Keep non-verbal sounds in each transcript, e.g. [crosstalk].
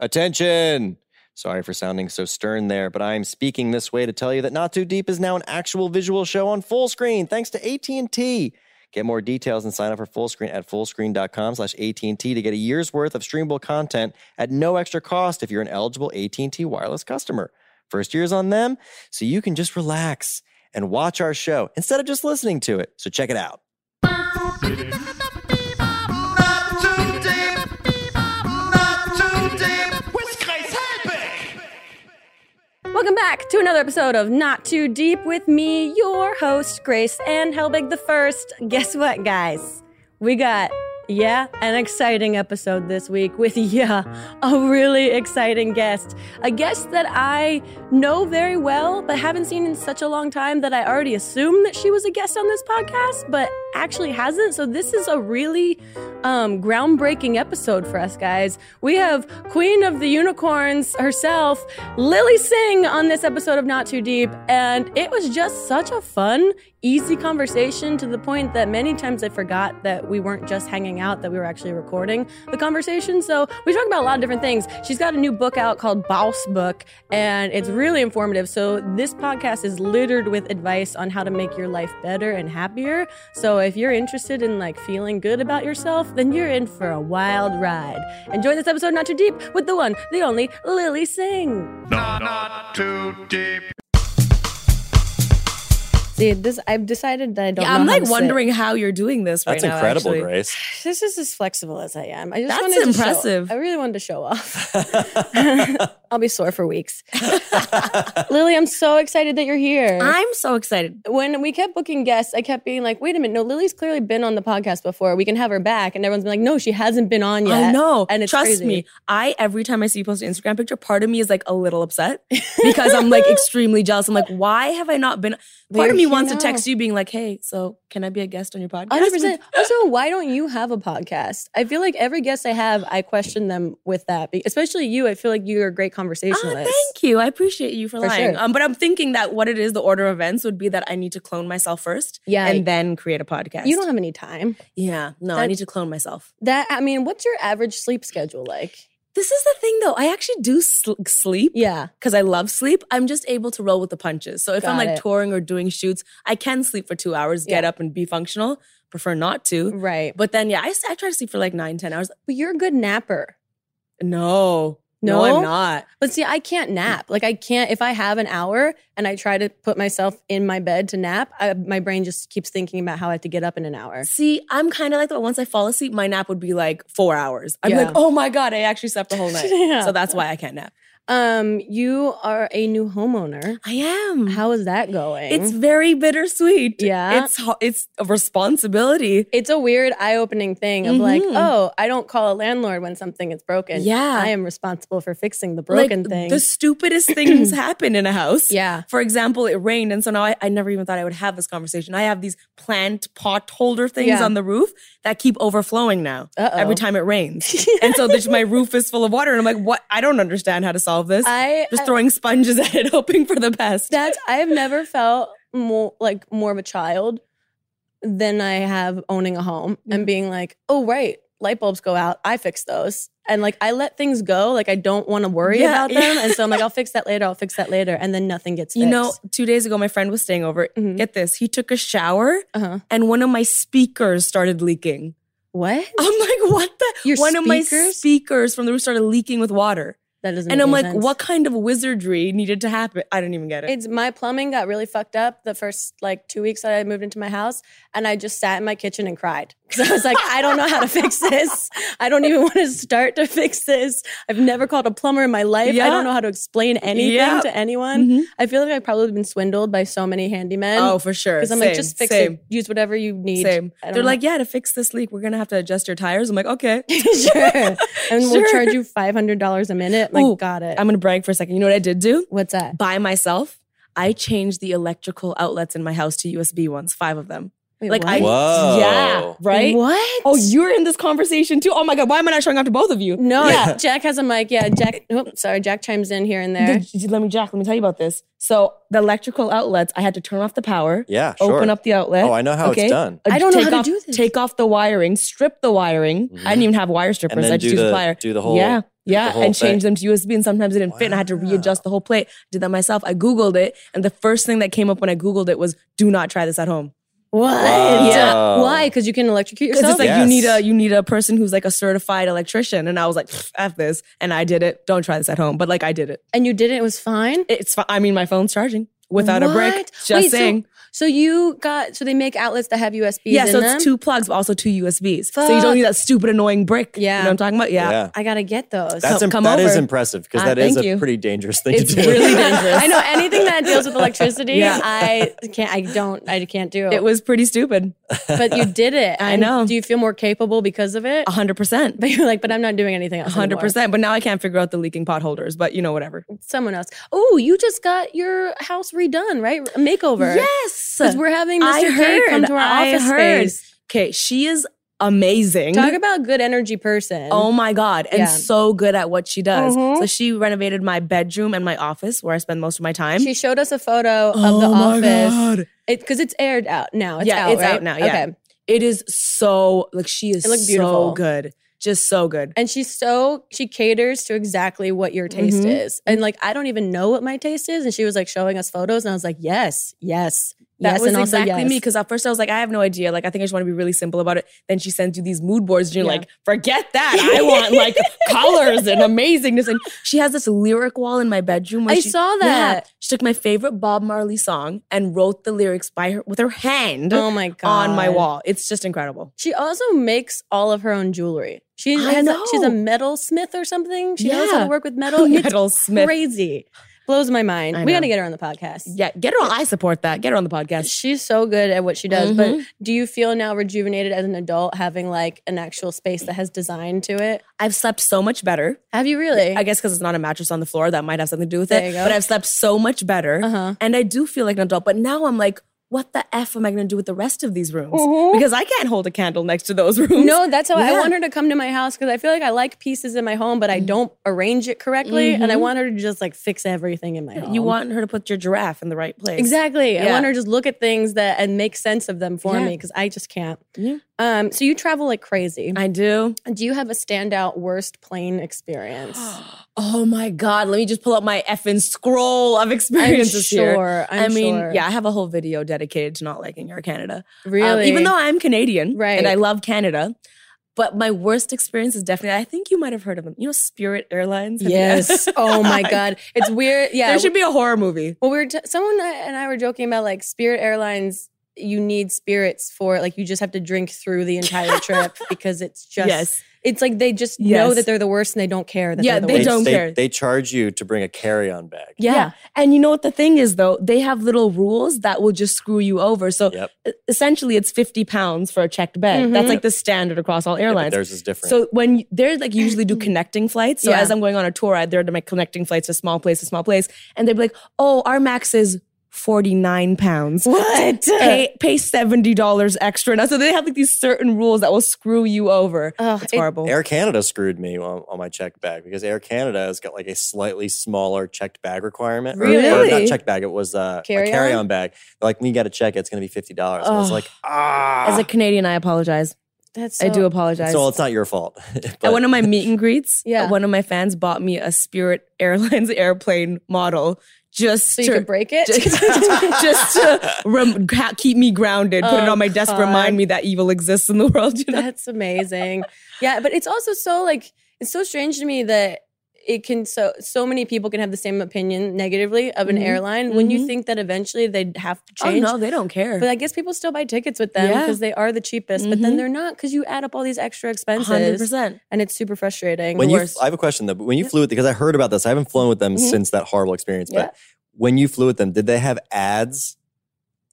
Attention! Sorry for sounding so stern there, but I am speaking this way to tell you that Not Too Deep is now an actual visual show on full screen thanks to AT&T. Get more details and sign up for full screen at fullscreen.com slash AT&T to get a year's worth of streamable content at no extra cost if you're an eligible AT&T wireless customer. First year's on them, so you can just relax and watch our show instead of just listening to it. So check it out. Not too deep. Not too deep. With Grace Helbig. Welcome back to another episode of Not Too Deep with me, your host, Grace Ann Helbig the First. Guess what, guys? We got, yeah, an exciting episode this week with, [laughs] yeah, a really exciting guest. A guest that I know very well, but haven't seen in such a long time that I already assumed that she was a guest on this podcast, but actually hasn't. So this is a really um, groundbreaking episode for us, guys. We have Queen of the Unicorns herself, Lily Singh, on this episode of Not Too Deep. And it was just such a fun, easy conversation to the point that many times I forgot that we weren't just hanging out, that we were actually recording the conversation. So we talked about a lot of different things. She's got a new book out called Boss Book, and it's really informative. So this podcast is littered with advice on how to make your life better and happier. So if you're interested in like feeling good about yourself, then you're in for a wild ride. Enjoy this episode, Not Too Deep, with the one, the only Lily Singh. Not, not too deep. See, this I've decided that I don't. Yeah, I'm like wondering how you're doing this right That's now. incredible, actually. Grace. This is as flexible as I am. I just That's wanted to show- impressive. I really wanted to show [laughs] off. [laughs] I'll be sore for weeks. Lily, I'm so excited that you're here. I'm so excited. when we kept booking guests, I kept being like, "Wait a minute, no, Lily's clearly been on the podcast before. We can have her back." And everyone's been like, "No, she hasn't been on yet." I know. and it's Oh, trust crazy. me. I every time I see you post an Instagram picture, part of me is like a little upset because I'm [laughs] like extremely jealous. I'm like, why have I not been? Part You're of me wants to here now. text you, being like, hey, so can I be a guest on your podcast? Ah, 100%. Also, why don't you have a podcast? I feel like every guest I have, I question them with that, be- especially you. I feel like you're a great Ah, conversationalist. thank you. I appreciate you for, For lying. sure. Um, but I'm thinking that what it is, the order of events would be that I need to clone myself first, Yeah. and then create a podcast. You don't have any time. yeah, no, I That- need to clone myself. That I mean, what's your average sleep schedule like? This is the thing, though. I actually do sl- sleep. Yeah. because I love sleep, I'm just able to roll with the punches. So if I'm Got like it. touring or doing shoots, I can sleep for two hours, Yeah. get Mm. up and be functional. Prefer not to. Right. But then, yeah, I, s- I try to sleep for like nine, 10 hours. But you're a good napper. No, No? I'm not. But see, I can't nap. Like I can't if I have an hour and I try to put myself in my bed to nap, I, my brain just keeps thinking about how I have to get up in an hour. See, I'm kind of like that. Once I fall asleep, my nap would be like four hours. I'm Yeah. like, oh my God, I actually slept the whole night. [laughs] Yeah. So that's why I can't nap. Um, you are a new homeowner. I am. How is that going? it's very bittersweet. Yeah. It's, ho- it's a responsibility. it's a weird eye-opening thing of like, Mhm. oh, I don't call a landlord when something is broken. Yeah. I am responsible for fixing the broken like, thing. The stupidest [clears throat] things happen in a house. yeah. For example, it rained, and so now I, I never even thought I would have this conversation. I have these plant pot holder things Yeah. on the roof that keep overflowing now Uh-oh. every time it [laughs] rains, and so this, my roof is full of water. And I'm like, what? I don't understand how to solve this. I Just throwing sponges [laughs] at it, hoping for the best. That's I have never felt more like more of a child than I have owning a home Mm-hmm. and being like, oh right, light bulbs go out, I fix those. And like I let things go, like I don't want to worry Yeah, about yeah. them. And so I'm like, I'll fix that later, I'll fix that later. And then nothing gets fixed. you know, two days ago, my friend was staying over. Mhm. Get this, he took a shower, Uh-huh. and one of my speakers started leaking. [laughs] what? I'm like, what the? Your one of my speakers? speakers from the roof started leaking with water. That doesn't And make any I'm like, sense. what kind of wizardry needed to happen? I don't even get it. It's my plumbing got really fucked up the first like two weeks that I moved into my house, and I just sat in my kitchen and cried [laughs] because I was like, I don't know how to fix this. I don't even want to start to fix this. I've never called a plumber in my life. I Yeah. don't know how to explain anything Yeah. to anyone. Mhm. I feel like I've probably been swindled by so many handymen. oh, for sure. because I'm same, like, just fix same, it. Use whatever you need. Same. I They're don't know. [laughs] like, yeah, to fix this leak, we're gonna have to adjust your tires. I'm like, okay. sure, and we'll Sure. charge you five hundred dollars a minute. Like, Ooh, got it. I'm gonna brag for a second. You know what I did do? What's that? By myself, I changed the electrical outlets in my house to USB ones, five of them. Wait, like I, what? Whoa. yeah, right. What? Oh, you're in this conversation too. Oh my god, why am I not showing up to both of you? No, Jack has a mic. Yeah, Jack. Oh, sorry, Jack chimes in here and there. The- let me, Jack. Let me tell you about this. So the electrical outlets, I had to turn off the power. Yeah, Open sure. up the outlet. Oh, I know how it's done. I don't know take how to off- do this. Take off the wiring, strip the wiring. I didn't even have wire strippers. Mm-hmm. then I just do the- used plier. do the whole- Yeah, Yeah, whole and thing. changed them to USB, and sometimes it didn't fit, and I had to readjust the whole plate. Did that myself. I Googled it, and the first thing that came up when I Googled it was, "Do not try this at home," What? Wow. Yeah. Why? Because you can electrocute because yourself. it's like Yes. you need a you need a person who's like a certified electrician, and I was like, "Pfft, "F this," and I did it. Don't try this at home, but like I did it. and you did it. It was fine. It's. fi- I mean, my phone's charging without a brick. What? Just Wait, so- saying. So you got so they make outlets that have USBs. yeah, in so them? it's two plugs, but also two USBs. So you don't need that stupid annoying brick. Yeah. you know what I'm talking about. Yeah. Yeah. I gotta get those. That's So im- come that is over. impressive because Uh, that is thank a you. pretty dangerous thing It's to do. [laughs] [laughs] really dangerous. I know anything that deals with electricity. Yeah. I can't. I don't. I can't do it. It was pretty [laughs] stupid. but you did it. I And know. Do you feel more capable because of it? hundred [laughs] percent. [laughs] But you're like, but I'm not doing anything else. Hundred anymore. percent. But now I can't figure out the leaking pot holders. But you know, whatever. Someone else. Oh, you just got your house redone, right? A makeover. Yes, Because we're having Mr. I K heard, come to our I office heard. space. okay. She is amazing. Talk about good energy person. Oh my God. And Yeah. so good at what she does. Mhm. So she renovated my bedroom and my office where I spend most of my Oh time. she showed us a photo of the office because it's aired out now. It's Yeah, out, it's out right? now, yeah. Okay. It is so, like, she is It looked so beautiful. good. Just so good. and she's so she caters to exactly what your taste Mhm. is and like i don't even know what my taste is and she was like showing us photos and i was like yes yes That yes was and also exactly yes. me because at first I was like, I have no idea. Like, I think I just want to be really simple about it. Then she sends you these mood boards, and you're Yeah. like, forget [laughs] that. I want like colors and amazingness. And she has this lyric wall in my bedroom. Where I she, saw that. Yeah. she took my favorite Bob Marley song and wrote the lyrics by her with her hand oh my god on my wall. It's just incredible. she also makes all of her own jewelry she I has A, she's a know. metal smith or something she knows how Yeah. to work with metal it's [laughs] Metal Smith. crazy blows my mind I we know. gotta get her on the podcast Yeah, get her on. I support that. Get her on the podcast. She's so good at what she does, but do you feel now rejuvenated as an adult having like an actual space that has design to it? I've slept so much better. Have you really? I guess because it's not a mattress on the floor, that might have something to do with There you it. go. But I've slept so much better, Uh-huh. and I do feel like an adult. But now I'm like, what the f am I going to do with the rest of these rooms? Because I can't hold a candle next to those [laughs] rooms. Mm-hmm. No, that's how I Yeah. want her to come to my house because I feel like I like pieces in my home, but I don't arrange it correctly, and I want her to just like fix everything in my home. you want her to put your giraffe in the right place. exactly. I Yeah. want her to just look at things that and make sense of them for Yeah. me because I just can't. Yeah. Um. So you travel like crazy. I do. Do you have a standout worst plane [gasps] experience? Oh my god! Let me just pull up my effing scroll of I'm experiences here. sure. I'm I mean, sure. yeah, I have a whole video dedicated to not liking Air Canada. Um, Really. even though I'm Canadian, Right. and I love Canada, but my worst experience is definitely. I think you might have heard of them. You know, Spirit Airlines. Have you- [laughs] Yes. oh my God. It's weird. Yeah. there should be a horror movie. Well, we were t- someone and I were joking about like Spirit Airlines. You need spirits for like you just have to drink through the [laughs] entire trip because it's just Yes. it's like they just Yes. know that they're the worst and they don't care that Yeah, they're the they worst. don't they, care. They charge you to bring a carry-on bag. Yeah. and you know what the thing is though? They have little rules that will just screw you over. So Yep. e- essentially, it's fifty pounds for a checked bed. That's like the standard across all Yeah, but airlines. theirs is different. So when you- they're like usually [clears throat] do connecting flights. So Yeah. as I'm going on a tour, I, they're doing my connecting flights to small place to small place, and they'd be like, "Oh, our max is." 49 pounds. What? Pay, pay $70 extra. Now, so they have like these certain rules that will screw you over. Ugh, oh, it's it- horrible. Air Canada screwed me on, on my checked bag because Air Canada has got like a slightly smaller checked bag requirement. Or- Or, Really? not checked bag, it was uh, Carry-on? a carry on bag. They're like, when you got to check it, it's going to be $50. And I was Ugh. like, ah. As a Canadian, I apologize. That's I so- do apologize. so it's not your fault. [laughs] At But one of my meet and greets, [laughs] Yeah. one of my fans bought me a Spirit Airlines [laughs] airplane model just So you to can break it. [laughs] just, [laughs] just to rem- ha- keep me grounded, put it Oh, on my desk, God. remind me that evil exists in the [laughs] world. You know, That's amazing. yeah, but it's also so like it's so strange to me that it can so so many people can have the same opinion negatively of an Mhm. airline when you Mhm. think that eventually they'd have to change. they don't care. But I guess people still buy tickets with them Oh, Yeah. because they are the cheapest. But then Mhm. they're not because you add up all these extra Hundred expenses, percent. and it's super frustrating. when The you, worst. I have a question though. But when you flew with, because I heard about this, I haven't flown with them Mhm. since that horrible experience. Yeah. But when you flew with them, did they have ads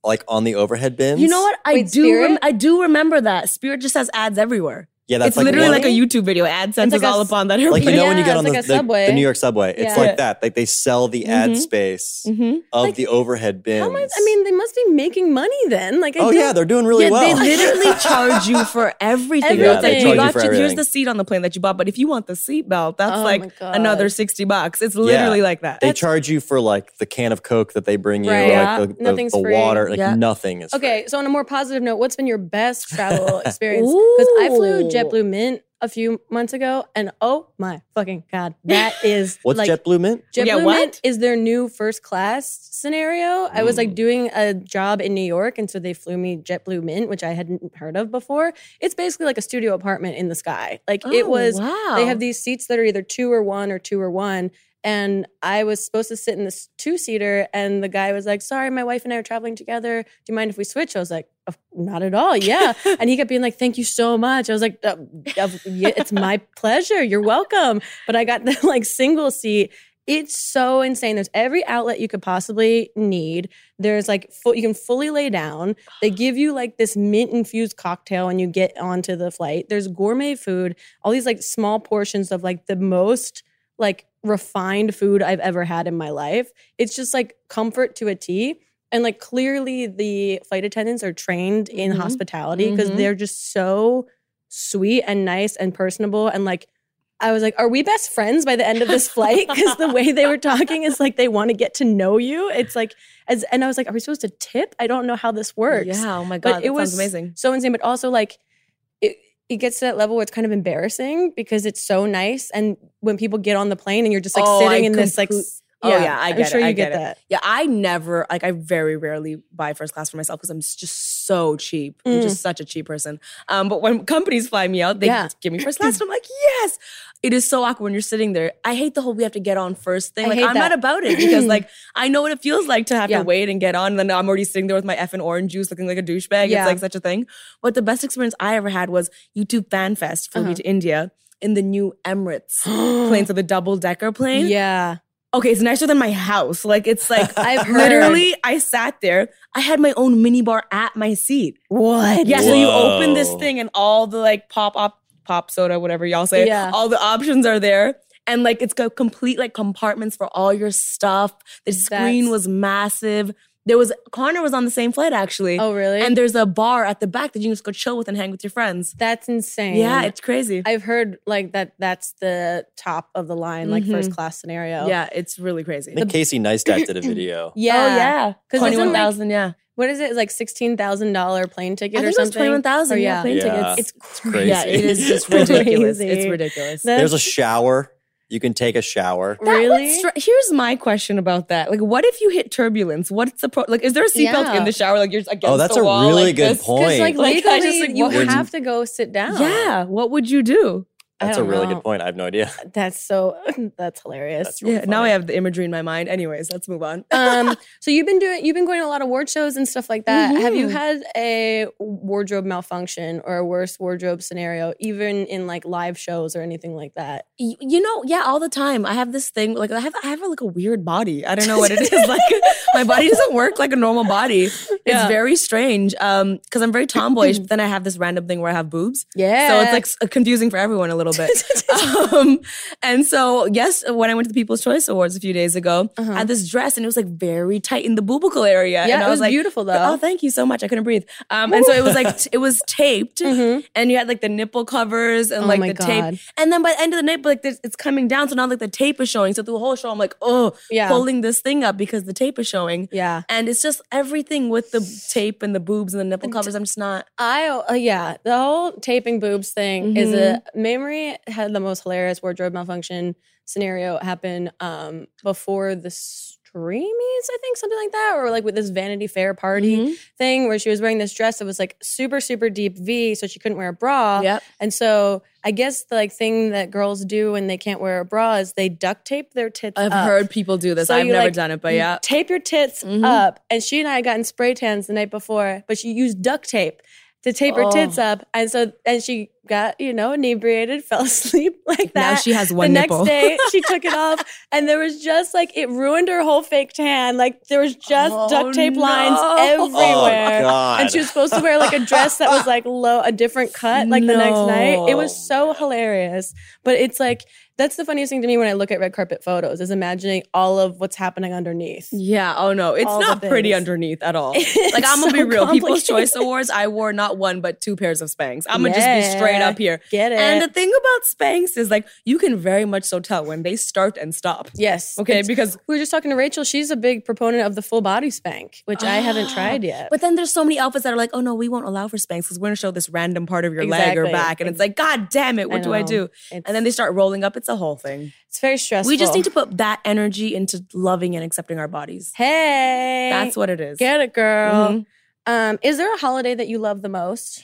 like on the overhead bins? You know what? I Wait, do. Spirit? Rem- I do remember that Spirit just has ads everywhere. Yeah, that's it's like literally one- like a YouTube video. AdSense like is a all s- upon that. like [laughs] you know when you Yeah, get on the, it's like a the- subway. the New York subway, it's Yeah. Mm-hmm. like that. Like they sell the ad Mhm. space hmm of the overhead bins. How much? I mean, they must be making money then. Like, I oh don't- yeah, they're doing really yeah, well. they literally charge [laughs] you for everything. Yeah, it's they charge like we you got for you. Here's everything. the seat on the plane that you bought, but if you want the seat belt, that's Oh my like God. another sixty bucks. It's literally Yeah. like [laughs] that. They charge you for like the can of Coke that they bring you, Right. or, Yeah. like the, the, Nothing's the free. water, like Yeah. nothing is free. Okay, so on a more positive note, what's been your best travel experience? Because I flew Ooh. JetBlue Mint a few months ago, and oh my fucking god, that is What's like JetBlue Mint? JetBlue Yeah, Mint what? is their new first class scenario. I was like doing a job in New York, and so they flew me JetBlue Mint, which I hadn't heard of before. It's basically like a studio apartment in the sky. Like it Oh, was. Wow. They have these seats that are either two or one or two or one. And I was supposed to sit in this two seater, and the guy was like, Sorry, my wife and I are traveling together. Do you mind if we switch? I was like, "Of- Not at all. Yeah. and he kept being like, Thank you so much. I was like, "Uh, of- yeah, It's my pleasure. You're welcome. But I got the like single seat. It's so insane. There's every outlet you could possibly need. There's like, fu- you can fully lay down. They give you like this mint infused cocktail when you get onto the flight. There's gourmet food all these like small portions of like the most like refined food I've ever had in my life. It's just like comfort to a T. And like clearly the flight attendants are trained in Mhm. hospitality because Mhm. they're just so sweet and nice and personable and like I was like, are we best friends by the end of this flight? [laughs] Because the way they were talking is like they want to get to know you. It's like as and I was like, are we supposed to tip? I don't know how this works Yeah. Oh my But god. it that was- sounds amazing. so insane, but also like it, it gets to that level where it's kind of embarrassing because it's so nice. And when people get on the plane and you're just like Oh, sitting I in this like, complete- s- Oh, yeah, I I'm get it, sure you I get, get it. that. Yeah, I never like I very rarely buy first class for myself because I'm s- just so cheap. I'm just such a cheap person. Um, but when companies fly me out, they Mm. Yeah. give me first class. and [clears throat] I'm like, yes. It is so awkward when you're sitting there. I hate the whole we have to get on first thing. I Like hate I'm that. not about it because [clears throat] like I know what it feels like to have Yeah. to wait and get on. And then I'm already sitting there with my effing orange juice looking like a douchebag. Yeah. It's like such a thing. But the best experience I ever had was YouTube Fan Fest Uh-huh. flew me to India in the new Emirates [gasps] [gasps] plane. So the double decker plane Yeah. okay, it's nicer than my house. Like it's [laughs] like [laughs] I've heard. literally I sat there. I had my own mini bar at my seat. What? Yeah, so you open this Whoa. thing and all the like pop up pop soda, whatever y'all say. Yeah. All the options are there. And like it's got complete like compartments for all your stuff. The screen That's- was massive. There was Connor was on the same flight actually. Oh, really? And there's a bar at the back that you can just go chill with and hang with your friends. that's insane. Yeah, it's crazy. I've heard like that that's the top of the line, like first class scenario. Mm-hmm. yeah, it's really crazy. I think Casey [clears throat] Neistat did a video. Yeah. Oh yeah, 'Cause isn't, like- twenty-one thousand. yeah, What is it? Like $16,000 plane ticket I or think it was something? twenty-one thousand. Or Yeah, yeah. plane Yeah. tickets. It's crazy. Yeah, it is just Crazy. ridiculous. [laughs] It's Crazy. ridiculous. That's There's a shower. You can take a shower. That would really? str- Here's my question about that. Like, what if you hit turbulence? What's the pro? Like, is there a seatbelt Yeah. in the shower? Like, you're against Oh, that's the a wall really like good this? Because point. like, Like, I legally, just, like, you wouldn't- have to go sit down. Yeah. What would you do? I That's a don't really know. good point. I have no idea. That's so, [laughs] that's hilarious. That's really yeah. Now I funny. have the imagery in my mind. Anyways, let's move on. [laughs] um, so you've been doing, you've been going to a lot of ward shows and stuff like that. Have you Mhm. had a wardrobe malfunction or a worse wardrobe scenario, even in like live shows or anything like [laughs] that? [laughs] Y- you know, yeah, all the time. I have this thing like I have I have like a weird body. I don't know what it is. [laughs] Like my body doesn't work like a normal body. It's Yeah. very strange. Um, because I'm very [clears throat] tomboyish, but then I have this random thing where I have boobs. Yeah. So it's like s- confusing for everyone a little [laughs] bit. um, and so, yes, when I went to the People's Choice Awards a few days ago, I had this dress and it was like very tight in the boobical area. yeah, and I it was, like, beautiful though. Oh, thank you so much. I couldn't breathe. Um, and so it was like t- it was taped, and you had like the nipple covers and Oh like my the God. tape. And then by the end of the night, like this- it's coming down, so now like the tape is showing. So through the whole show, I'm like, oh, Yeah. pulling this thing up because the tape is showing. yeah. And it's just everything with the tape and the boobs and the nipple covers. I'm just not. I uh, yeah, the whole taping boobs thing is a Mm-hmm. memory had the most hilarious wardrobe malfunction scenario happen um before the streamies, I think something like that, or like with this Vanity Fair party Mm-hmm. thing where she was wearing this dress that was like super super deep V, so she couldn't wear a bra. Yep. And so I guess the like thing that girls do when they can't wear a bra is they duct tape their tits. I've up. heard people do this. So I've you, never like, done it, but yeah. Mm-hmm. Tape your tits up. And she and I had gotten spray tans the night before, but she used duct tape to tape her tits Oh. up. And so and she got, you know, inebriated, [laughs] fell asleep like that. Now she has one the nipple. next [laughs] day she took it off and there was just like it ruined her whole fake tan. Like there was just Oh, duct tape lines no. [laughs] everywhere. Oh, God. And she was supposed to wear like a dress that was like low a different cut like the next night. It was so hilarious. But it's like That's the funniest thing to me when I look at red carpet photos is imagining all of what's happening underneath. Yeah. Oh no, it's All the not pretty things. underneath [laughs] at all. It's like I'm gonna be so real. People's complicated. Choice Awards, I wore not one but two pairs of Spanx. I'm gonna just be straight Yeah. up here. Get it? And the thing about Spanx is like you can very much so tell when they start and stop. yes. Okay, It's- because we were just talking to Rachel. She's a big proponent of the full body spank, which I [gasps] haven't tried yet. but then there's so many outfits that are like, oh no, we won't allow for Spanx because we're gonna show this random part of your leg or Exactly. back, and it's like, god damn it, what do I know. do? It's- And then they start rolling up. It's a whole thing. it's very stressful. We just need to put that energy into loving and accepting our bodies. Hey, That's what it is. get it, girl. Mhm. Um, is there a holiday that you love the most?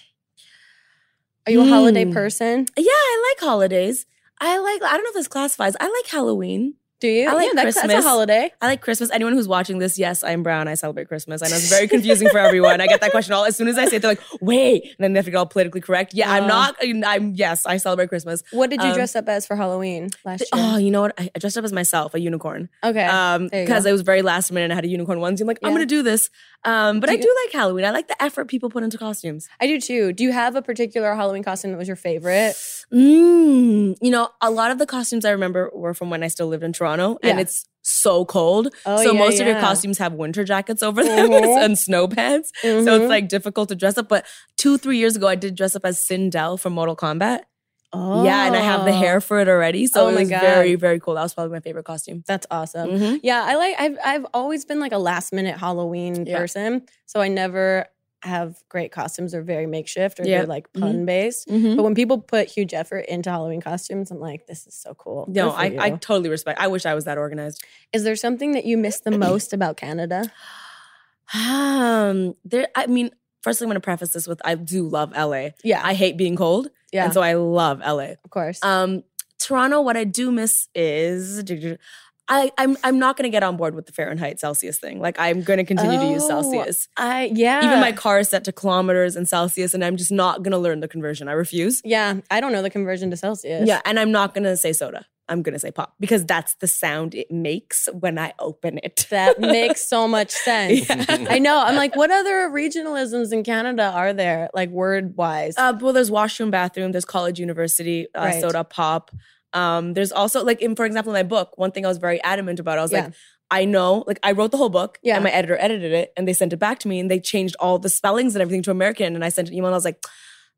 Are you a holiday Hmm. person? Yeah, I like holidays. I like. I don't know if this classifies. I like Halloween. Do you? I like yeah, that's, that's Christmas. a holiday. I like Christmas. Anyone who's watching this, yes, I am brown. I celebrate Christmas. I know it's very confusing for everyone. I get that question all as soon as I say it, they're like, wait. And then they have to get all politically correct. Yeah, I'm Oh. not, I'm, yes, I celebrate Christmas. What did you Um, dress up as for Halloween last year? Oh, you know what? I I dressed up as myself, a unicorn. okay. Um, there you because go. it was very last minute. and I had a unicorn onesie. I'm like, I'm Yeah. going to do this. Um, but Do I you- do like Halloween. I like the effort people put into costumes. I do too. Do you have a particular Halloween costume that was your favorite? Mm, you know, a lot of the costumes I remember were from when I still lived in Toronto and Yeah. it's so cold. Oh, so yeah, most of your yeah. costumes have winter jackets over them [laughs] Mhm. and snow pants. So it's like difficult to dress up. But two, three years ago, I did dress up as Sindel from Mortal Kombat. oh. Yeah, and I have the hair for it already. So Oh it my was God. very, very cool. That was probably my favorite costume. That's awesome. Mhm. Yeah, I like. I've I've always been like a last minute Halloween Yeah. person, so I never have great costumes or very makeshift or Yeah. Mm-hmm. they're like pun based. But when people put huge effort into Halloween costumes, I'm like, this is so cool. Good No, for I, I you. totally respect. I wish I was that organized. Is there something that you [clears throat] miss the most about Canada? Um, there. I mean, firstly, I'm going to preface this with I do love LA. Yeah, I hate being cold, yeah, and so I love LA. of course. Um, Toronto, what I do miss is I, I'm I'm not gonna get on board with the Fahrenheit Celsius thing. Like I'm gonna continue to use Oh, Celsius. I yeah. Even my car is set to kilometers and Celsius, and I'm just not gonna learn the conversion. I refuse. yeah, I don't know the conversion to Celsius. Yeah, and I'm not gonna say soda. I'm gonna say pop because that's the sound it makes when I open it. [laughs] That makes so much sense. Yeah. I know. I'm like, what other regionalisms in Canada are there, like word wise? Uh, well, there's washroom, bathroom. There's college, university, uh, Right. soda, pop. Um, there's also like in, for example, in my book, one thing I was very adamant about. I was Yeah. like, I know, like I wrote the whole book, Yeah. and my editor edited it, and they sent it back to me, and they changed all the spellings and everything to American, and I sent an email, and I was like,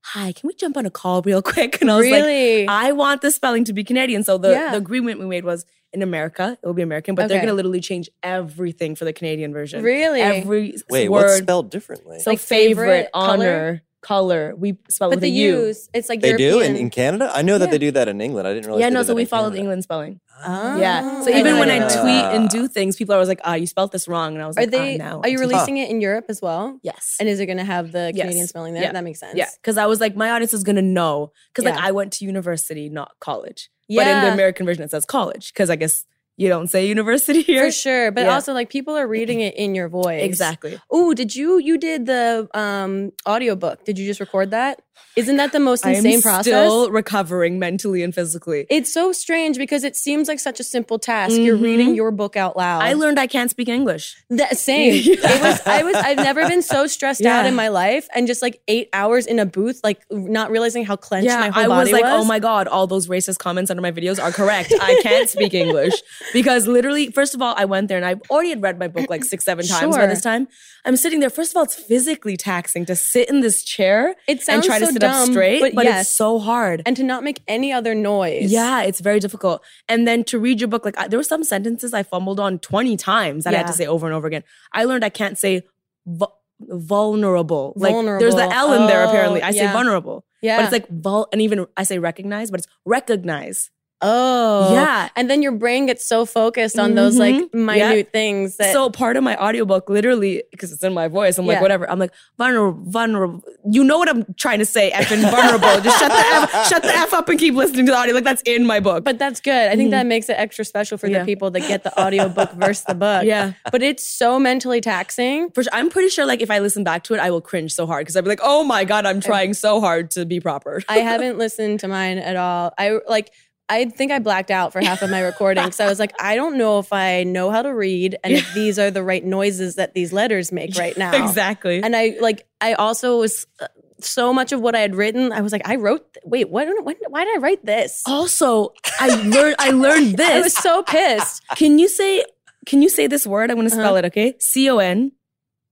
Hi, can we jump on a call real quick? [laughs] And I was like, really? I want the spelling to be Canadian. So the, Yeah. the agreement we made was in America, it will be American, but they're Okay. gonna literally change everything for the Canadian version. really? Every Wait, word, what's spelled differently? so Like favorite, favorite, color? honor, color. We spell but with a the U. U's, it's like they do European. in, in Canada. I know that Yeah. they do that in England. I didn't realize. Yeah, they no, did so that we in follow Canada. the Ah. England spelling. Oh. yeah. So I even didn't when I know that. tweet and do things, people are always like, ah, you spelt this wrong. And I was are oh, like, they? ah, now. are you I do." releasing it in Europe as well? Yes. And is it going to have the Yes. Canadian spelling there? Yeah. That makes sense. yeah. Because I was like, my audience is going to know. Because like Yeah. I went to university, not college. But in Yeah. the American version, it says college. Because I guess you don't say university here. for sure. But Yeah. also, like people are reading it in your voice. Exactly. Oh, did you? You did the um audiobook. Did you just record that? Isn't that the most I'm insane process? still recovering mentally and physically. It's so strange because it seems like such a simple task. You're reading your book out loud. Mm-hmm. I learned I can't speak English. that [laughs] same. It was I was I've never been so stressed out Yeah. in my life and just like 8 hours in a booth like not realizing how clenched my whole I was body like, oh my god, all those racist comments under my videos are correct. I can't [laughs] speak English because literally, first of all, I went there and I've already had read my book like six, seven times by Sure. this time. I'm sitting there. First of all, it's physically taxing to sit in this chair It and sounds try to so sit up dumb, straight, but but, yes. it's so hard. and to not make any other noise. yeah, it's very difficult. And then to read your book, like I, there were some sentences I fumbled on 20 times that I had Yeah. to say over and over again. I learned I can't say vu- vulnerable. Like there's the Vulnerable. L in there Oh, apparently. I yeah. say vulnerable. Yeah. But it's like vul and even I say recognize, but it's recognize. oh. Yeah. And then your brain gets so focused on those like Mhm. Yeah. minute things that so part of my audiobook literally because it's in my voice, I'm Yeah. like whatever. I'm like vulnerable, vulnerable. You know what I'm trying to say? Effing vulnerable. Just shut the f, [laughs] shut the f up and keep listening to the audio. Like that's in my book. But that's good. I think that makes it extra special for the Mm-hmm. Yeah. people that get the audiobook versus [laughs] the book. Yeah. But it's so mentally taxing. For sure- I'm pretty sure like if I listen back to it, I will cringe so hard because I'll be like, oh my god, I'm trying so hard to be proper. [laughs] I haven't listened to mine at all. I like I think I blacked out for half of my recording. So I was like, I don't know if I know how to read and if these [laughs] are the right noises that these letters make right now. exactly. And I like I also was uh, so much of what I had written, I was like, I wrote. th- wait, what? When, why did I write this? Oh, Also, I learned I learned this. [laughs] I was so pissed. Can you say can you say this word? I want to spell Uh-huh. it, okay? C O N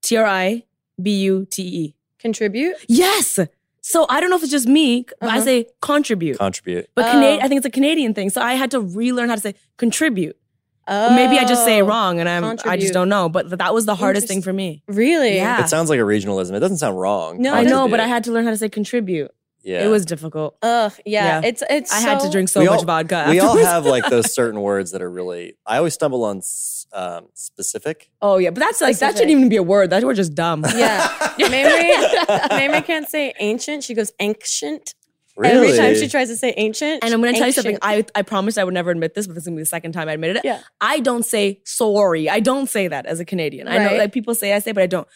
T R I B U T E. Contribute. Yes. So I don't know if it's just me, but I Uh-huh. say contribute. Contribute. but Oh. Cana- I think it's a Canadian thing. So I had to relearn how to say contribute. Or Maybe I just say it Oh, wrong and I'm I just Contribute. don't know, but that was the hardest thing for me. Really? Yeah. It sounds like a regionalism. It doesn't sound wrong. No, I know, Contribute. but I had to learn how to say contribute. Yeah. It was difficult. Ugh. Yeah. Yeah. It's it's. I had so- to drink so We much all- vodka. we all uh, afterwards. have like those certain words that are really. I always stumble on s- um, specific. [laughs] Oh yeah, but that's like that shouldn't Specific. even be a word. That word just dumb. [laughs] Yeah. Mamrie, Mamrie can't say ancient. She goes ancient. Really? Every time she tries to say ancient. And I'm going to tell you ancient. something. I, I promised I would never admit this, but this is going to be the second time I admitted [laughs] it. Yeah. I don't say sorry. I don't say that as a Canadian. I know Right. that people say I say, but I don't.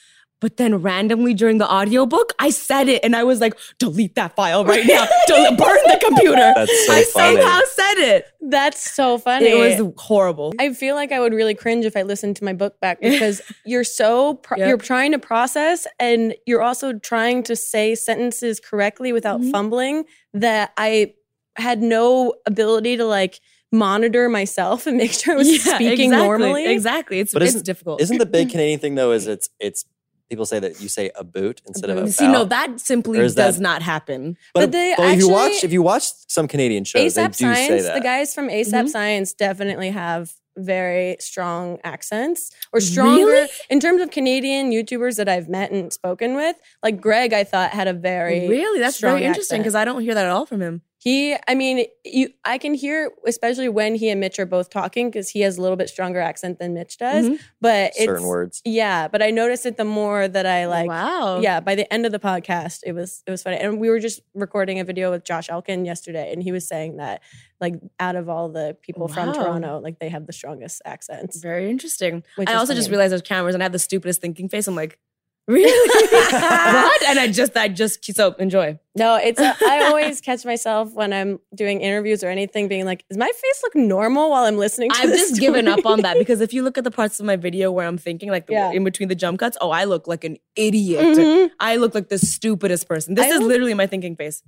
But then randomly during the audiobook, I said it and I was like, delete that file right [laughs] now. Del- burn the computer. That's so I funny. somehow said it. That's so funny. It was horrible. I feel like I would really cringe if I listened to my book back because you're [laughs] so pro- Yep. you're trying to process and you're also trying to say sentences correctly without Mm-hmm. fumbling that I had no ability to like monitor myself and [laughs] make sure I was Yeah, speaking exactly, normally. Exactly. It's, But it's isn't- difficult. Isn't the big Canadian thing though? Is it's it's people say that you say a boot instead of a See, bout. no, that simply Or does is that- not happen. But, But they but if you watch actually- if you watch some Canadian shows, they do ASAP say Science, that. the guys from ASAP Mhm. Science definitely have very strong accents or stronger Really? in terms of Canadian YouTubers that I've met and spoken with. Like Greg, I thought had a very Really? That's strong very interesting accent. because I don't hear that at all from him. He, I mean, you, I can hear, especially when he and Mitch are both talking, because he has a little bit stronger accent than Mitch does. Mhm. But certain it's, words. yeah. But I noticed it the more that I like, wow. yeah. By the end of the podcast, it was it was funny, and we were just recording a video with Josh Elkin yesterday, and he was saying that like out of all the people from Wow. Toronto, like they have the strongest accents. Very interesting. Which I is also just funny. realized there's cameras and I have the stupidest thinking face. I'm like, [laughs] really? what? And I just, I just, so enjoy. No, it's a, I always catch myself when I'm doing interviews or anything, being like, "Does my face look normal while I'm listening?" to I've this [laughs] just given up story?" [laughs] on that because if you look at the parts of my video where I'm thinking, like the, Yeah. in between the jump cuts, oh, I look like an idiot. Mhm. I look like the stupidest person. This I is don't- literally my thinking face.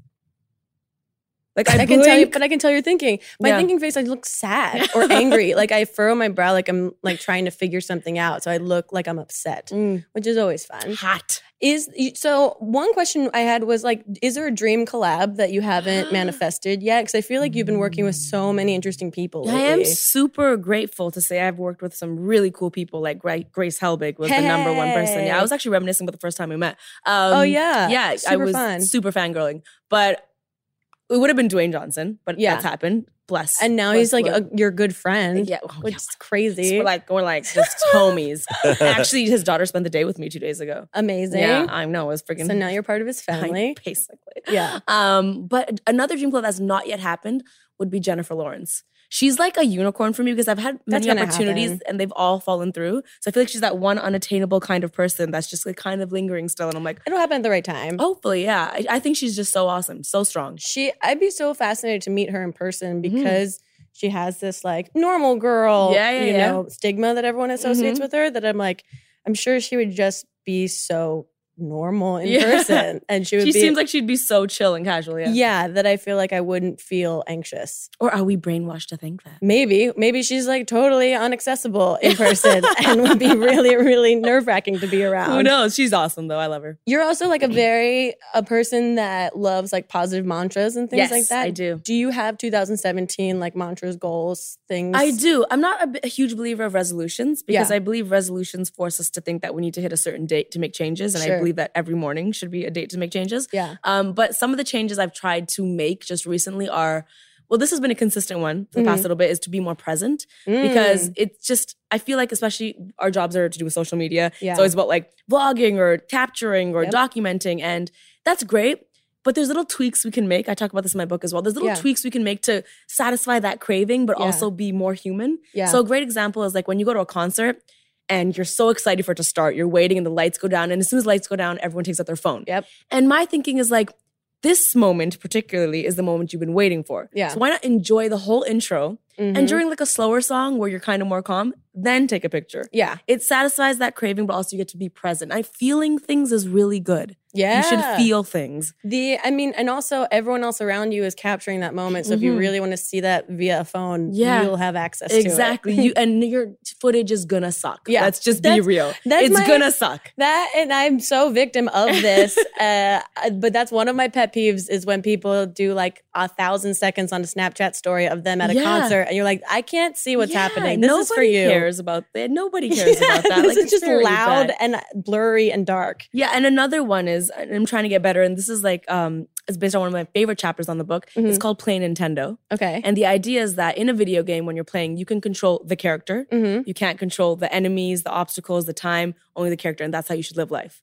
Like I, I can tell you, blink. but I can tell you're thinking. My Yeah. thinking face, I look [laughs] sad or angry. like I furrow my brow, like I'm like trying to figure something out. So I look like I'm upset, Mm. which is always fun. hot. Is so one question I had was like, is there a dream collab that you [gasps] haven't manifested yet? Because I feel like you've been working with so many interesting people. I am lately. super grateful to say I've worked with some really cool people. Like Gra- Grace Helbig was the number one person. Yeah, I Hey. was actually reminiscing about the first time we met. Oh Um, yeah, yeah, I super was fun. super fangirling. But it would have been Dwayne Johnson, but Yeah. that's happened. Bless. and now bless he's like the Lord. a, your good friend, yeah, oh, which yeah. is So crazy, We're like we're like [laughs] just homies. actually, his daughter spent the day with me two days ago. amazing. Yeah, I know. It was freaking. so now you're part of his I- [laughs] family. basically. Yeah. Um, but another dream club that's not yet happened would be Jennifer Lawrence. She's like a unicorn for me because I've had That's many gonna opportunities happen. and they've all fallen through. So I feel like she's that one unattainable kind of person that's just like kind of lingering still. And I'm like, It'll happen at the right time. hopefully, yeah. I, I think she's just so awesome, so strong. she I'd be so fascinated to meet her in person Mhm. because she has this like normal girl, Yeah, yeah, you yeah. know, stigma that everyone associates Mhm. with her that I'm like, I'm sure she would just be so normal in Yeah. person. And she would She be seems like she'd be so chill and casual. yeah. Yeah. that I feel like I wouldn't feel anxious. Or are we brainwashed to think that? Maybe, maybe she's like totally unaccessible in [laughs] person and would be really, really nerve wracking to be around. Who knows? She's awesome though. I love her. You're also like a very a person that loves like positive mantras and things like that. I do. Do you have 2017 like mantras, goals, things? I do. I'm not a, b- a huge believer of resolutions because Yeah. I believe resolutions force us to think that we need to hit a certain date to make changes. And I Sure. believe that every morning should be a date to make changes. Yeah. Um, but some of the changes I've tried to make just recently are well, this has been a consistent one for the past little bit is to be more present Mm. because it's just, I feel like, especially our jobs are to do with social media. Yeah. It's always about like vlogging or capturing or Yep. documenting. And that's great. But there's little tweaks we can make. I talk about this in my book as well. There's little Yeah. tweaks we can make to satisfy that craving, but Yeah. also be more human. Yeah. So a great example is like when you go to a concert and you're so excited for it to start, you're waiting and the lights go down. And as soon as lights go down, everyone takes out their phone. Yep. And my thinking is like, this moment particularly is the moment you've been waiting for. Yeah. So why not enjoy the whole intro? Mhm. And during like a slower song where you're kind of more calm, then take a picture. Yeah. It satisfies that craving, but also you get to be present. I feeling things is really good. Yeah. You should feel things. the I mean, and also everyone else around you is capturing that moment. So if you Mhm. really want to see that via a phone, Yeah. you'll have access to it. Exactly. you and your footage is gonna suck. Yeah. Let's just That's- be real. that's it's my- gonna suck. That and I'm so victim of [laughs] this, uh, but that's one of my pet peeves is when people do like a thousand seconds on a Snapchat story of them at a Yeah. concert, and you're like, I can't see what's Yeah, happening. This is for nobody you. Cares about that. [laughs] Nobody cares about [laughs] that. this Like, is it's just very loud bad. and blurry and dark. Yeah, and another one is and I'm trying to get better, and this is like um it's based on one of my favorite chapters on the book. It's Mhm. called Play Nintendo. Okay. And the idea is that in a video game, when you're playing, you can control the character. mm-hmm. You can't control the enemies, the obstacles, the time, only the character, and that's how you should live life.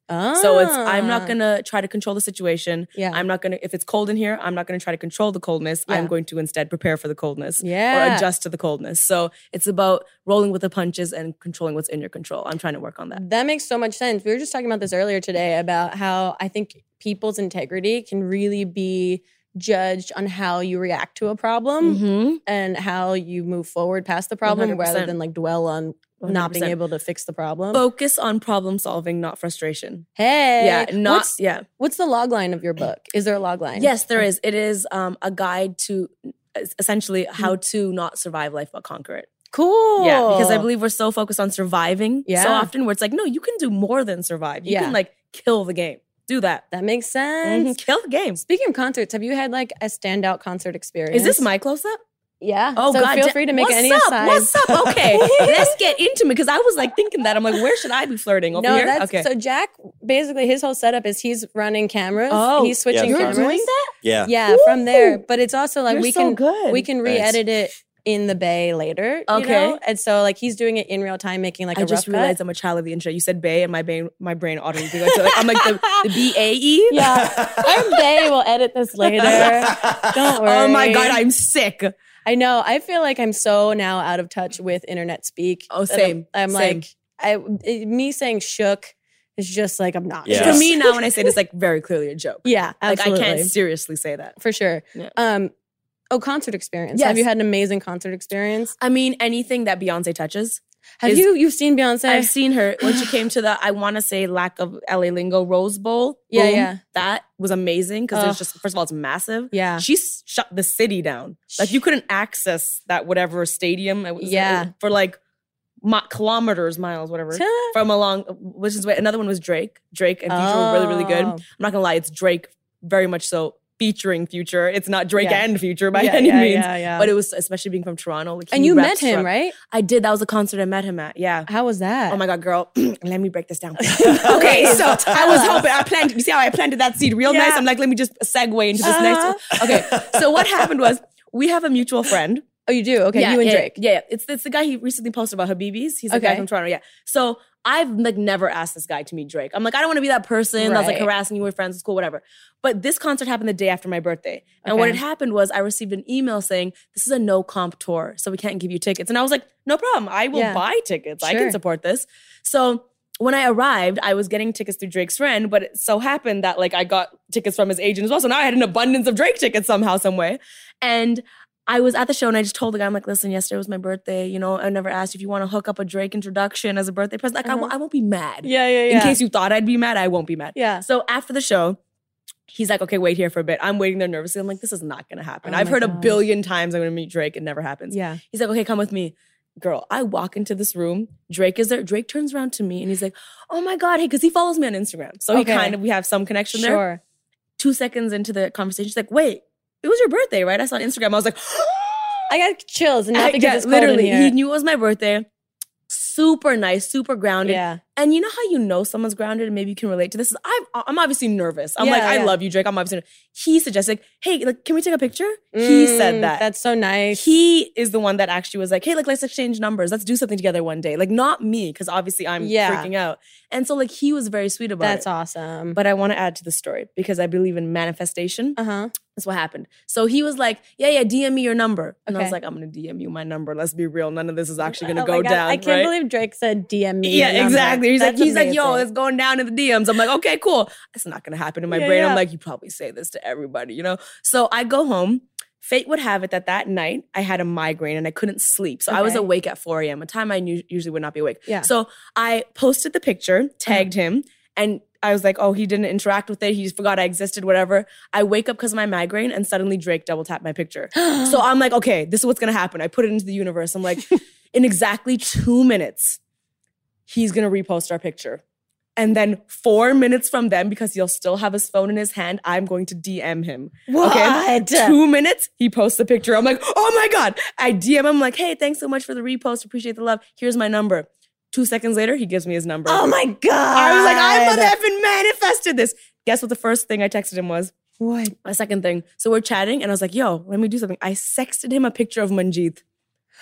So it's I'm not gonna try to control the situation. mm-hmm. Ah. Yeah. I'm not gonna if it's cold in here, I'm not gonna try to control the coldness. I'm Yeah. going to instead prepare for the coldness or Yeah. adjust to the coldness. So it's about rolling with the punches and controlling what's in your control. I'm trying to work on that. That makes so much sense. We were just talking about this earlier today about how I think people's integrity can really be judged on how you react to a problem Mm-hmm. and how you move forward past the problem rather 100%. than like dwell on not being able to fix the problem. focus on problem solving, not frustration. hey, yeah, not what's, yeah. what's the log line of your book? Is there a log line? Yes, there is. It is um, a guide to es- essentially how Mm-hmm. to not survive life but conquer it. Cool. Yeah, because I believe we're so focused on surviving Oh. Yeah. so often where it's like, no, you can do more than survive. You Yeah. Mm-hmm. can like kill the game. Do that. that makes sense. Mhm, Kill the game. Speaking of concerts, have you had like a standout concert experience? Is this my close up? Yeah. Oh so God! Feel da- free to make What's any up? aside. What's up? [laughs] Okay, let's get into it because I was like thinking that I'm like, where should I be flirting over no, here? that's okay, so. Jack basically his whole setup is he's running cameras. Oh, he's switching You're cameras. doing that? Yeah. Yeah, from there. But it's also like You're we so can good. we can Thanks. re-edit it in the bay later. you Okay. know? and so like he's doing it in real time, making like a I just rough cut. realized I'm a child of the intro. You said Bay, and my brain, my brain automatically goes to like, I'm like the, [laughs] the B A E. [laughs] Yeah, our bay will edit this later. Don't worry. Oh my god, I'm sick. I know. I feel like I'm so now out of touch with internet speak. Oh, that I'm- same, I'm, same. like, I it- me saying shook is just like obnoxious. Yeah. To me now, when I say this, like very clearly a joke. yeah, absolutely. Like I can't seriously say that. for sure. Yeah. Um, oh, concert experience. Have Yes. you had an amazing concert experience? I mean, anything that Beyonce touches. Have Is- you you've seen Beyonce? I've seen her when she came to the I want to say lack of LA lingo Rose Bowl. Yeah, Boom. yeah. That was amazing because Ugh. it's just first of all it's massive. Yeah. She s- shut the city down. Like you couldn't access that whatever stadium. It was, Yeah. for like mi- kilometers, miles, whatever. Ta- from along which is wait, another one was Drake. Drake and Future were really really good. Oh. I'm not gonna lie, it's Drake very much so featuring Future. It's not Drake Yeah. and Future by Yeah, any yeah, means, yeah, yeah. but it was especially being from Toronto. like, and he you met reps him, Toronto. right? I did. That was a concert I met him at. Yeah. How was that? Oh my God, girl. [clears throat] let me break this down. okay, so I was hoping I planted. You see how I planted that seed real nice. Yeah. I'm like, let me just segue into this next. One. Okay, so what happened was we have a mutual friend. Oh, you do. Okay, Yeah, you and yeah, Drake. Yeah, yeah. It's it's the guy he recently posted about Habibis. He's the guy Okay. from Toronto. Yeah. So I've like never asked this guy to meet Drake. I'm like, I don't want to be that person that's like Right. harassing you with friends. It's cool, whatever. But this concert happened the day after my birthday. And what Okay. had happened was I received an email saying, This is a no comp tour, so we can't give you tickets. And I was like, No problem. I will Yeah. buy tickets. I can Sure. support this. So when I arrived, I was getting tickets through Drake's friend, but it so happened that like I got tickets from his agent as well. So now I had an abundance of Drake tickets somehow, some way. And I was at the show and I just told the guy, I'm like, listen, yesterday was my birthday. You know, I never asked if you want to hook up a Drake introduction as a birthday present. Like, I w- I won't be mad. Uh-huh. Yeah, yeah, In case you thought I'd be mad, I won't be mad. Yeah. So after the show, he's like, okay, wait here for a bit. I'm waiting there nervously. I'm like, this is not going to happen. Oh I've my heard a gosh. billion times I'm going to meet Drake. It never happens. yeah. He's like, okay, come with me. Girl, I walk into this room. Drake is there. Drake turns around to me and he's like, oh my God, hey, because he follows me on Instagram. So Okay. he kind of, we have some connection there Sure. two seconds into the conversation, she's like, "Wait, it was your birthday, right?" I saw on Instagram. I was like, [gasps] I got chills and nothing Yeah, gets literally, Cold in here. he knew it was my birthday. Super nice, super grounded. Yeah. And you know how you know someone's grounded, and maybe you can relate to this. Is I'm, I'm obviously nervous. I'm like, Yeah, I yeah. love you, Drake. I'm obviously. Nervous. He suggested, like, hey, like, can we take a picture? he Mm, said that. That's so nice. he is the one that actually was like, hey, like, let's exchange numbers. Let's do something together one day. Like, not me, because obviously I'm Yeah. freaking out. And so, like, he was very sweet about That's it. awesome. But I want to add to the story because I believe in manifestation. uh huh. That's what happened. So he was like, "Yeah, yeah, DM me your number," and I was Okay. like, "I'm gonna DM you my number. Let's be real. None [laughs] of this is actually gonna oh my go God, down." I can't right? believe Drake said DM me. your Yeah, number. exactly. He's That's like, he's like, yo, amazing. it's going down in the DMs. I'm like, okay, cool. It's not gonna happen in my Yeah, brain. yeah. I'm like, you probably say this to everybody, you know. So I go home. Fate would have it that that night I had a migraine and I couldn't sleep. So I was Okay. awake at 4 a.m., a time I nu- usually would not be awake. Yeah. Mm-hmm. So I posted the picture, tagged him, and I was like, oh, he didn't interact with it. He forgot I existed, whatever. I wake up because of my migraine and suddenly Drake double tapped my picture. [gasps] so I'm like, okay, this is what's going to happen. I put it into the universe. I'm like, in exactly two minutes, he's going to repost our picture. And then four minutes from then, because he'll still have his phone in his hand, I'm going to DM him. What? Two minutes, he posts the picture. I'm like, oh my God. I DM him, like, hey, thanks so much for the repost. Appreciate the love. Here's my number. Two seconds later, he gives me his number. Oh my god! I was like, I mother effing manifested this. Guess what the first thing I texted him was? What? A second thing. So we're chatting, and I was like, yo, let me do something. I sexted him a picture of Manjeet,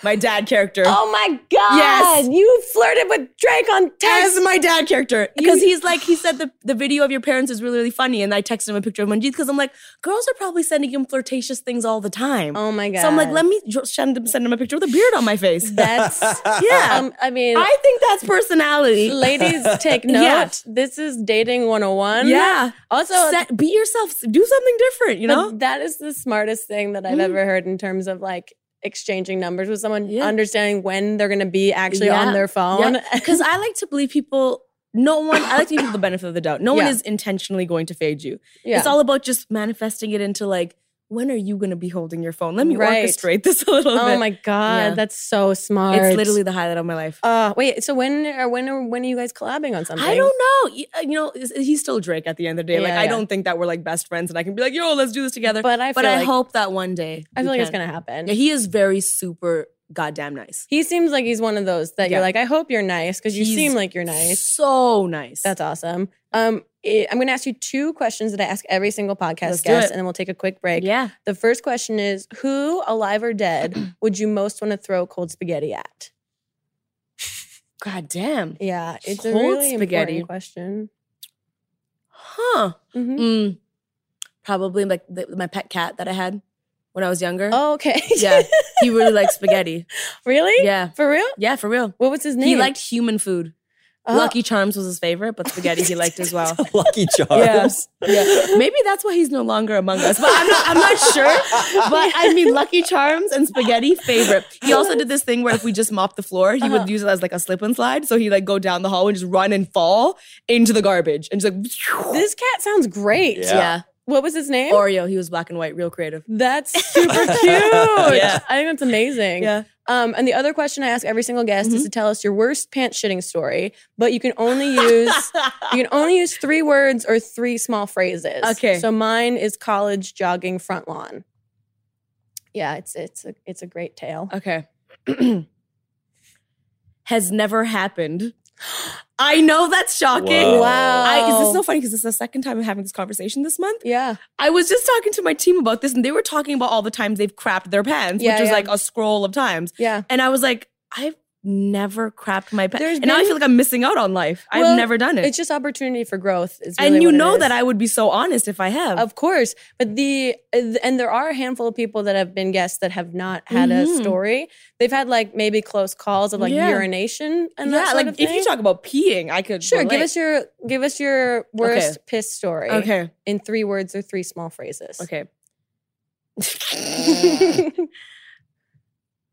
my dad character. Oh my god! Yes. You flirted with Drake on text. as my dad character because he's like he said the, the video of your parents is really really funny and I texted him a picture of Manjeet because I'm like girls are probably sending him flirtatious things all the time Oh my god. so I'm like let me dr- send him send him a picture with a beard on [laughs] my face That's [laughs] yeah um, I mean I think that's personality ladies take note. [laughs] Yeah. This is dating 101. yeah Also Set, be yourself do something different you but know that is the smartest thing that I've Mhm. ever heard in terms of like exchanging numbers with someone, Yeah. understanding when they're going to be actually Yeah. on their phone. because I like to believe people no one I like to give people the benefit of the doubt no one Yeah. is intentionally going to fade you Yeah. It's all about just manifesting it into like, when are you going to be holding your phone? Let me Right. orchestrate [laughs] this a little bit. oh my god, Yeah. that's so smart. It's literally the highlight of my life. Uh, wait. So when are when are when are you guys collabing on something? I don't know. Y- uh, You know, is- he's still Drake at the end of the day. like, Yeah, I yeah. don't think that we're like best friends and I can be like, yo, let's do this together. But I But feel I like- hope that one day. I we feel like it's can. gonna happen. Yeah, he is very super goddamn nice. he seems like he's one of those that you're Yeah. like, I hope you're nice because you He's seem like you're nice. So nice. That's awesome. Um, i- I'm going to ask you two questions that I ask every single podcast Let's do guest, it. and then we'll take a quick break. Yeah. The first question is Who, alive or [clears throat] dead, would you most want to throw cold spaghetti at? God damn. Yeah, it's a Cold really spaghetti. important question. Huh. Mhm. Mm. Probably like the, my pet cat that I had when I was younger. Oh, [laughs] okay. Yeah. he really liked spaghetti. really? Yeah. For real? Yeah, for real. What was his name? He liked human food. Oh, Lucky Charms was his favorite, but spaghetti he liked as [laughs] well. [laughs] Lucky Yeah. Charms. yeah. Maybe that's why he's no longer among us. But I'm not, I'm not sure. But I mean, Lucky Charms and spaghetti favorite. He also did this thing where if we just mopped the floor, he Uh-huh. would use it as like a slip and slide. So he like go down the hall and just run and fall into the garbage and just like This cat sounds great. Yeah. yeah. What was his name? Oreo. He was black and white, real creative. [laughs] that's super cute. Yeah. I think that's amazing. Yeah. Mm-hmm. Um, and the other question I ask every single guest is to tell us your worst pants shitting story, but you can only [laughs] use you can only use three words or three small phrases. Okay. So mine is college jogging front lawn. Yeah, it's it's a it's a great tale. Okay. [clears throat] Has never happened. I know that's shocking. Whoa. Wow. I, is this so funny because this is the second time I'm having this conversation this month. Yeah. I was just talking to my team about this, and they were talking about all the times they've crapped their pants, Yeah, which was yeah. like a scroll of times. Yeah. And I was like, I've never crapped my pants. There's And now I been- feel like I'm missing out on life. Well, I've never done it. It's just opportunity for growth. Is and really you what it know is. that I would be so honest if I have. Of course, but the and there are a handful of people that have been guests that have not had a Mhm. story. They've had like maybe close calls of like Yeah. urination and that yeah, sort like of if thing. you talk about peeing, I could sure, give relate. us your give us your worst piss story. Okay, in three words or three small phrases. okay.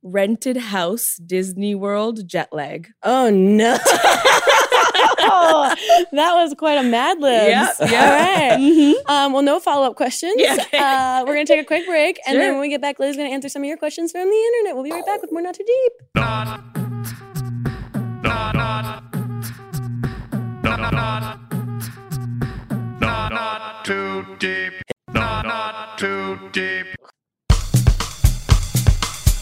Rented house, Disney World, jet lag. oh no, [laughs] that was quite a Mad Libs. All right. Mhm. Um, well, no follow up questions. Yeah, okay. Uh, we're gonna take a quick break, and Sure. then when we get back, Liz is gonna answer some of your questions from the internet. We'll be right back with more Not Too Deep. Not, not too deep. Not, not too deep.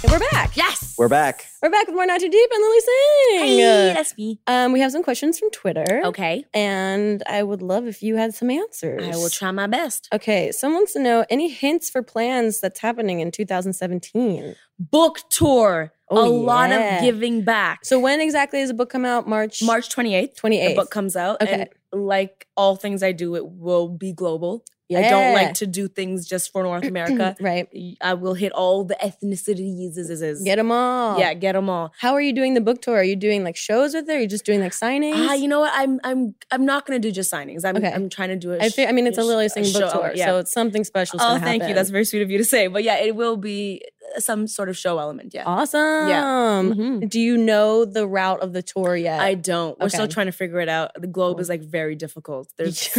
And we're back. Yes. [laughs] We're back. We're back with more Not Too Deep and Lily Singh. Hey, that's me. Um, we have some questions from Twitter. Okay. And I would love if you had some answers. I will try my best. Okay, someone wants to know any hints for plans that's happening in 2017. Book tour. Oh, a lot yeah. of giving back. So when exactly does the book come out? March. March 28th, 28th. the book comes out. Okay. And like all things I do, it will be global. I Yeah. don't like to do things just for [clears throat] North America. Mm, right. I will hit all the ethnicities. is- is- is. Get them all. Yeah, get them all. How are you doing the book tour? Are you doing like shows with it? Are you just doing like signings? Ah, you know what? I'm I'm I'm not gonna do just signings. I'm Okay. I'm trying to do it. I, fe- I mean, it's a Lily Singh book show, tour, yeah. so it's something special. Oh, thank you. That's very sweet of you to say. But yeah, it will be some sort of show element. Yeah. awesome. Um, Mm-hmm. Mhm. Do you know the route of the tour yet? [laughs] I don't. We're still Okay. trying to figure it out. The globe is like very difficult. There's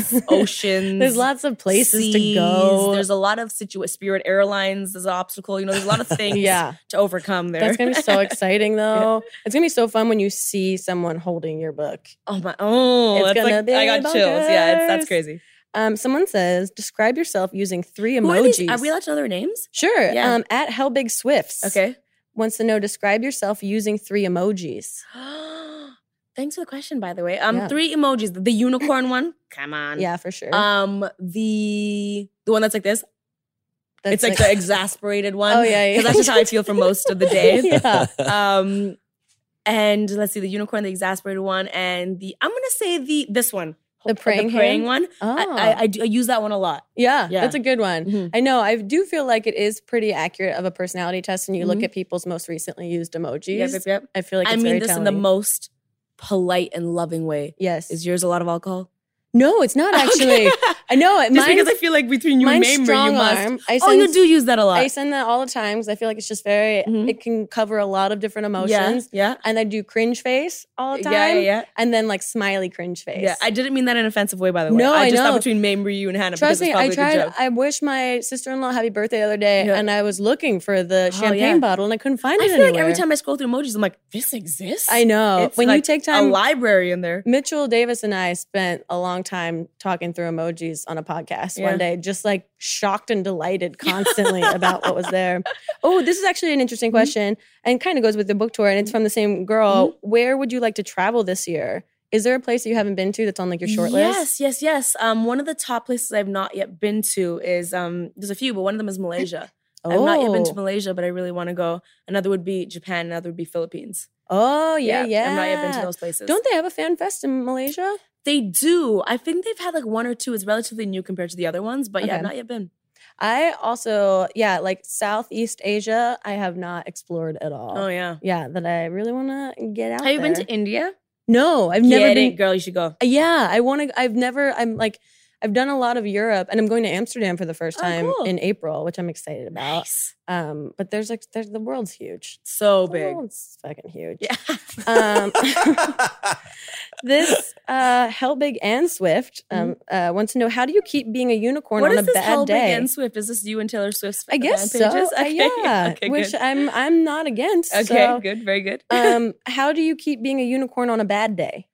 [laughs] oceans. There's lots of places to seas, go. There's a lot of situa Spirit Airlines. There's an obstacle. You know, there's a lot [laughs] of things yeah, to overcome there. that's gonna be [laughs] so exciting though. It's gonna be so fun when you see someone holding your book. oh my. Oh, It's that's gonna like- I be got chills. Yeah, it's, that's bonkers. crazy. Um, someone says describe yourself using three Who are, these? emojis. are we allowed to know their names? sure. Yeah. Um, at Hellbig Swifts. Okay. [gasps] Wants to know describe yourself using three emojis. Thanks for the question, by the way. Um, Yeah. three emojis. The unicorn one. Come on. Yeah, for sure. Um, the the one that's like this. That's it's like, [laughs] the exasperated one. Oh, yeah, yeah. Because that's just how I feel for most of the [laughs] day. [laughs] [laughs] yeah. Um, and let's see, the unicorn, the exasperated one, and the I'm gonna say the this one, The praying hand? one. Oh. Mm-hmm. I, I, I, do, I use that one a lot. Yeah, Yeah. that's a good one. Mhm. I know. I do feel like it is pretty accurate of a personality test, and you Mhm. look at people's most recently used emojis. Yep, yep, yep. I feel like I it's mean very this in the telling. most polite and loving way. Yes. Is yours a lot of alcohol? no, it's not actually. [laughs] Okay. I know. It, Just mine's, because I feel like between you and mine's Mamrie, strong you must. arm. I Oh, send- you do use that a lot. I send that all the time because I feel like it's just very. Mhm. It can cover a lot of different yeah, emotions. yeah. And I do cringe face all the time, Yeah, yeah, yeah. and then like smiley cringe face. Yeah, I didn't mean that in an offensive way, by the way. No, I just know. thought between Mamrie, you and Hannah. Trust because it's me, I probably tried. The joke. I wish my sister in law happy birthday the other day, Yeah. and I was looking for the Oh, champagne yeah. bottle, and I couldn't find I it feel anywhere. like every time I scroll through emojis, I'm like, this exists. I know. It's when you like take time, a library in there. Mitchell Davis and I spent a long time talking through emojis on a podcast Yeah. one day, just like shocked and [laughs] delighted constantly about what was there. Oh, this is actually an interesting Mm-hmm. question and kind of goes with the book tour, and it's from the same girl. Mm-hmm. Where would you like to travel this year? Is there a place that you haven't been to that's on like your short list? Yes, yes, yes. Um, one of the top places I've not yet been to is um, there's a few, but one of them is Malaysia. I've not yet been to Oh. Malaysia, but I really want to go. Another would be Japan. Another would be Philippines. Oh, yeah, yeah. I've not yet been to those places. Don't they have a fan fest in Malaysia? they do? I think they've had like one or two. It's relatively new compared to the other ones, but yeah, I've Okay. not yet been. I also, yeah, like Southeast Asia, I have not explored at all. Oh yeah. yeah, that I really want to get out. Have you been there. to India? No, I've never Get been. it, girl. You should go. Yeah, I want to. I've never. I'm like, I've done a lot of Europe, and I'm going to Amsterdam for the first Oh, time cool. in April, which I'm excited about. Um, but there's like, there's the world's huge. So The big. world's fucking huge. [laughs] Yeah. [laughs] Um, [laughs] [laughs] this uh, Hellbig and Swift um, uh, wants to know how do you keep being a unicorn Mm-hmm. What on is a this bad Hellbig day? and Swift? Is this you and Taylor Swift's I guess fan pages? so. [laughs] uh, Okay. yeah, Okay, which good. I'm I'm not against. Okay, so, good. Very good. [laughs] um, how do you keep being a unicorn on a bad day?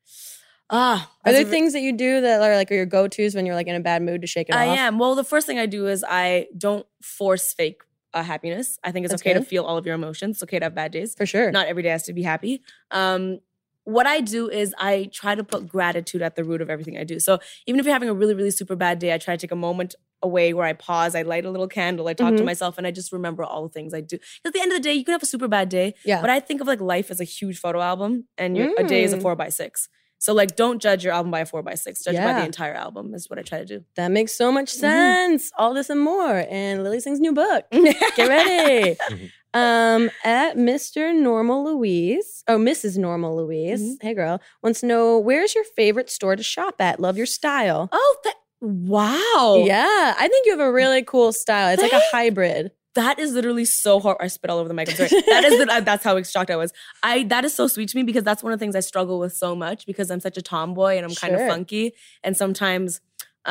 ah, Are that's there a- things that you do that are like are your go tos when you're like in a bad mood to shake it I off? am. Well, the first thing I do is I don't force fake uh, happiness. I think it's That's okay to good. feel all of your emotions. It's okay to have bad days. for sure. Not every day has to be happy. Um, what I do is I try to put gratitude at the root of everything I do. So even if you're having a really, really super bad day, I try to take a moment away where I pause, I light a little candle, I talk to Mhm. myself, and I just remember all the things I do. 'Cause At the end of the day, you can have a super bad day, yeah, but I think of like life as a huge photo album, and your, a day is a Mm. four by six. So like, don't judge your album by a four by six. Judge by Yeah. the entire album is what I try to do. that makes so Mm-hmm. much sense. All this and more, and Lily Singh's new book. [laughs] [laughs] Get ready. Mm-hmm. um, at Mr. Normal Louise, oh Mrs. Normal Louise, Mm-hmm. hey girl, wants to know where's your favorite store to shop at. Love your style. Oh, that, wow. Yeah, I think you have a really cool style. It's like [laughs] a hybrid. That is literally so hard. I spit all over the mic. I'm sorry. [laughs] That is the, uh, that's how shocked I was. I that is so sweet to me because that's one of the things I struggle with so much because I'm such a tomboy and I'm kind Sure. of funky and sometimes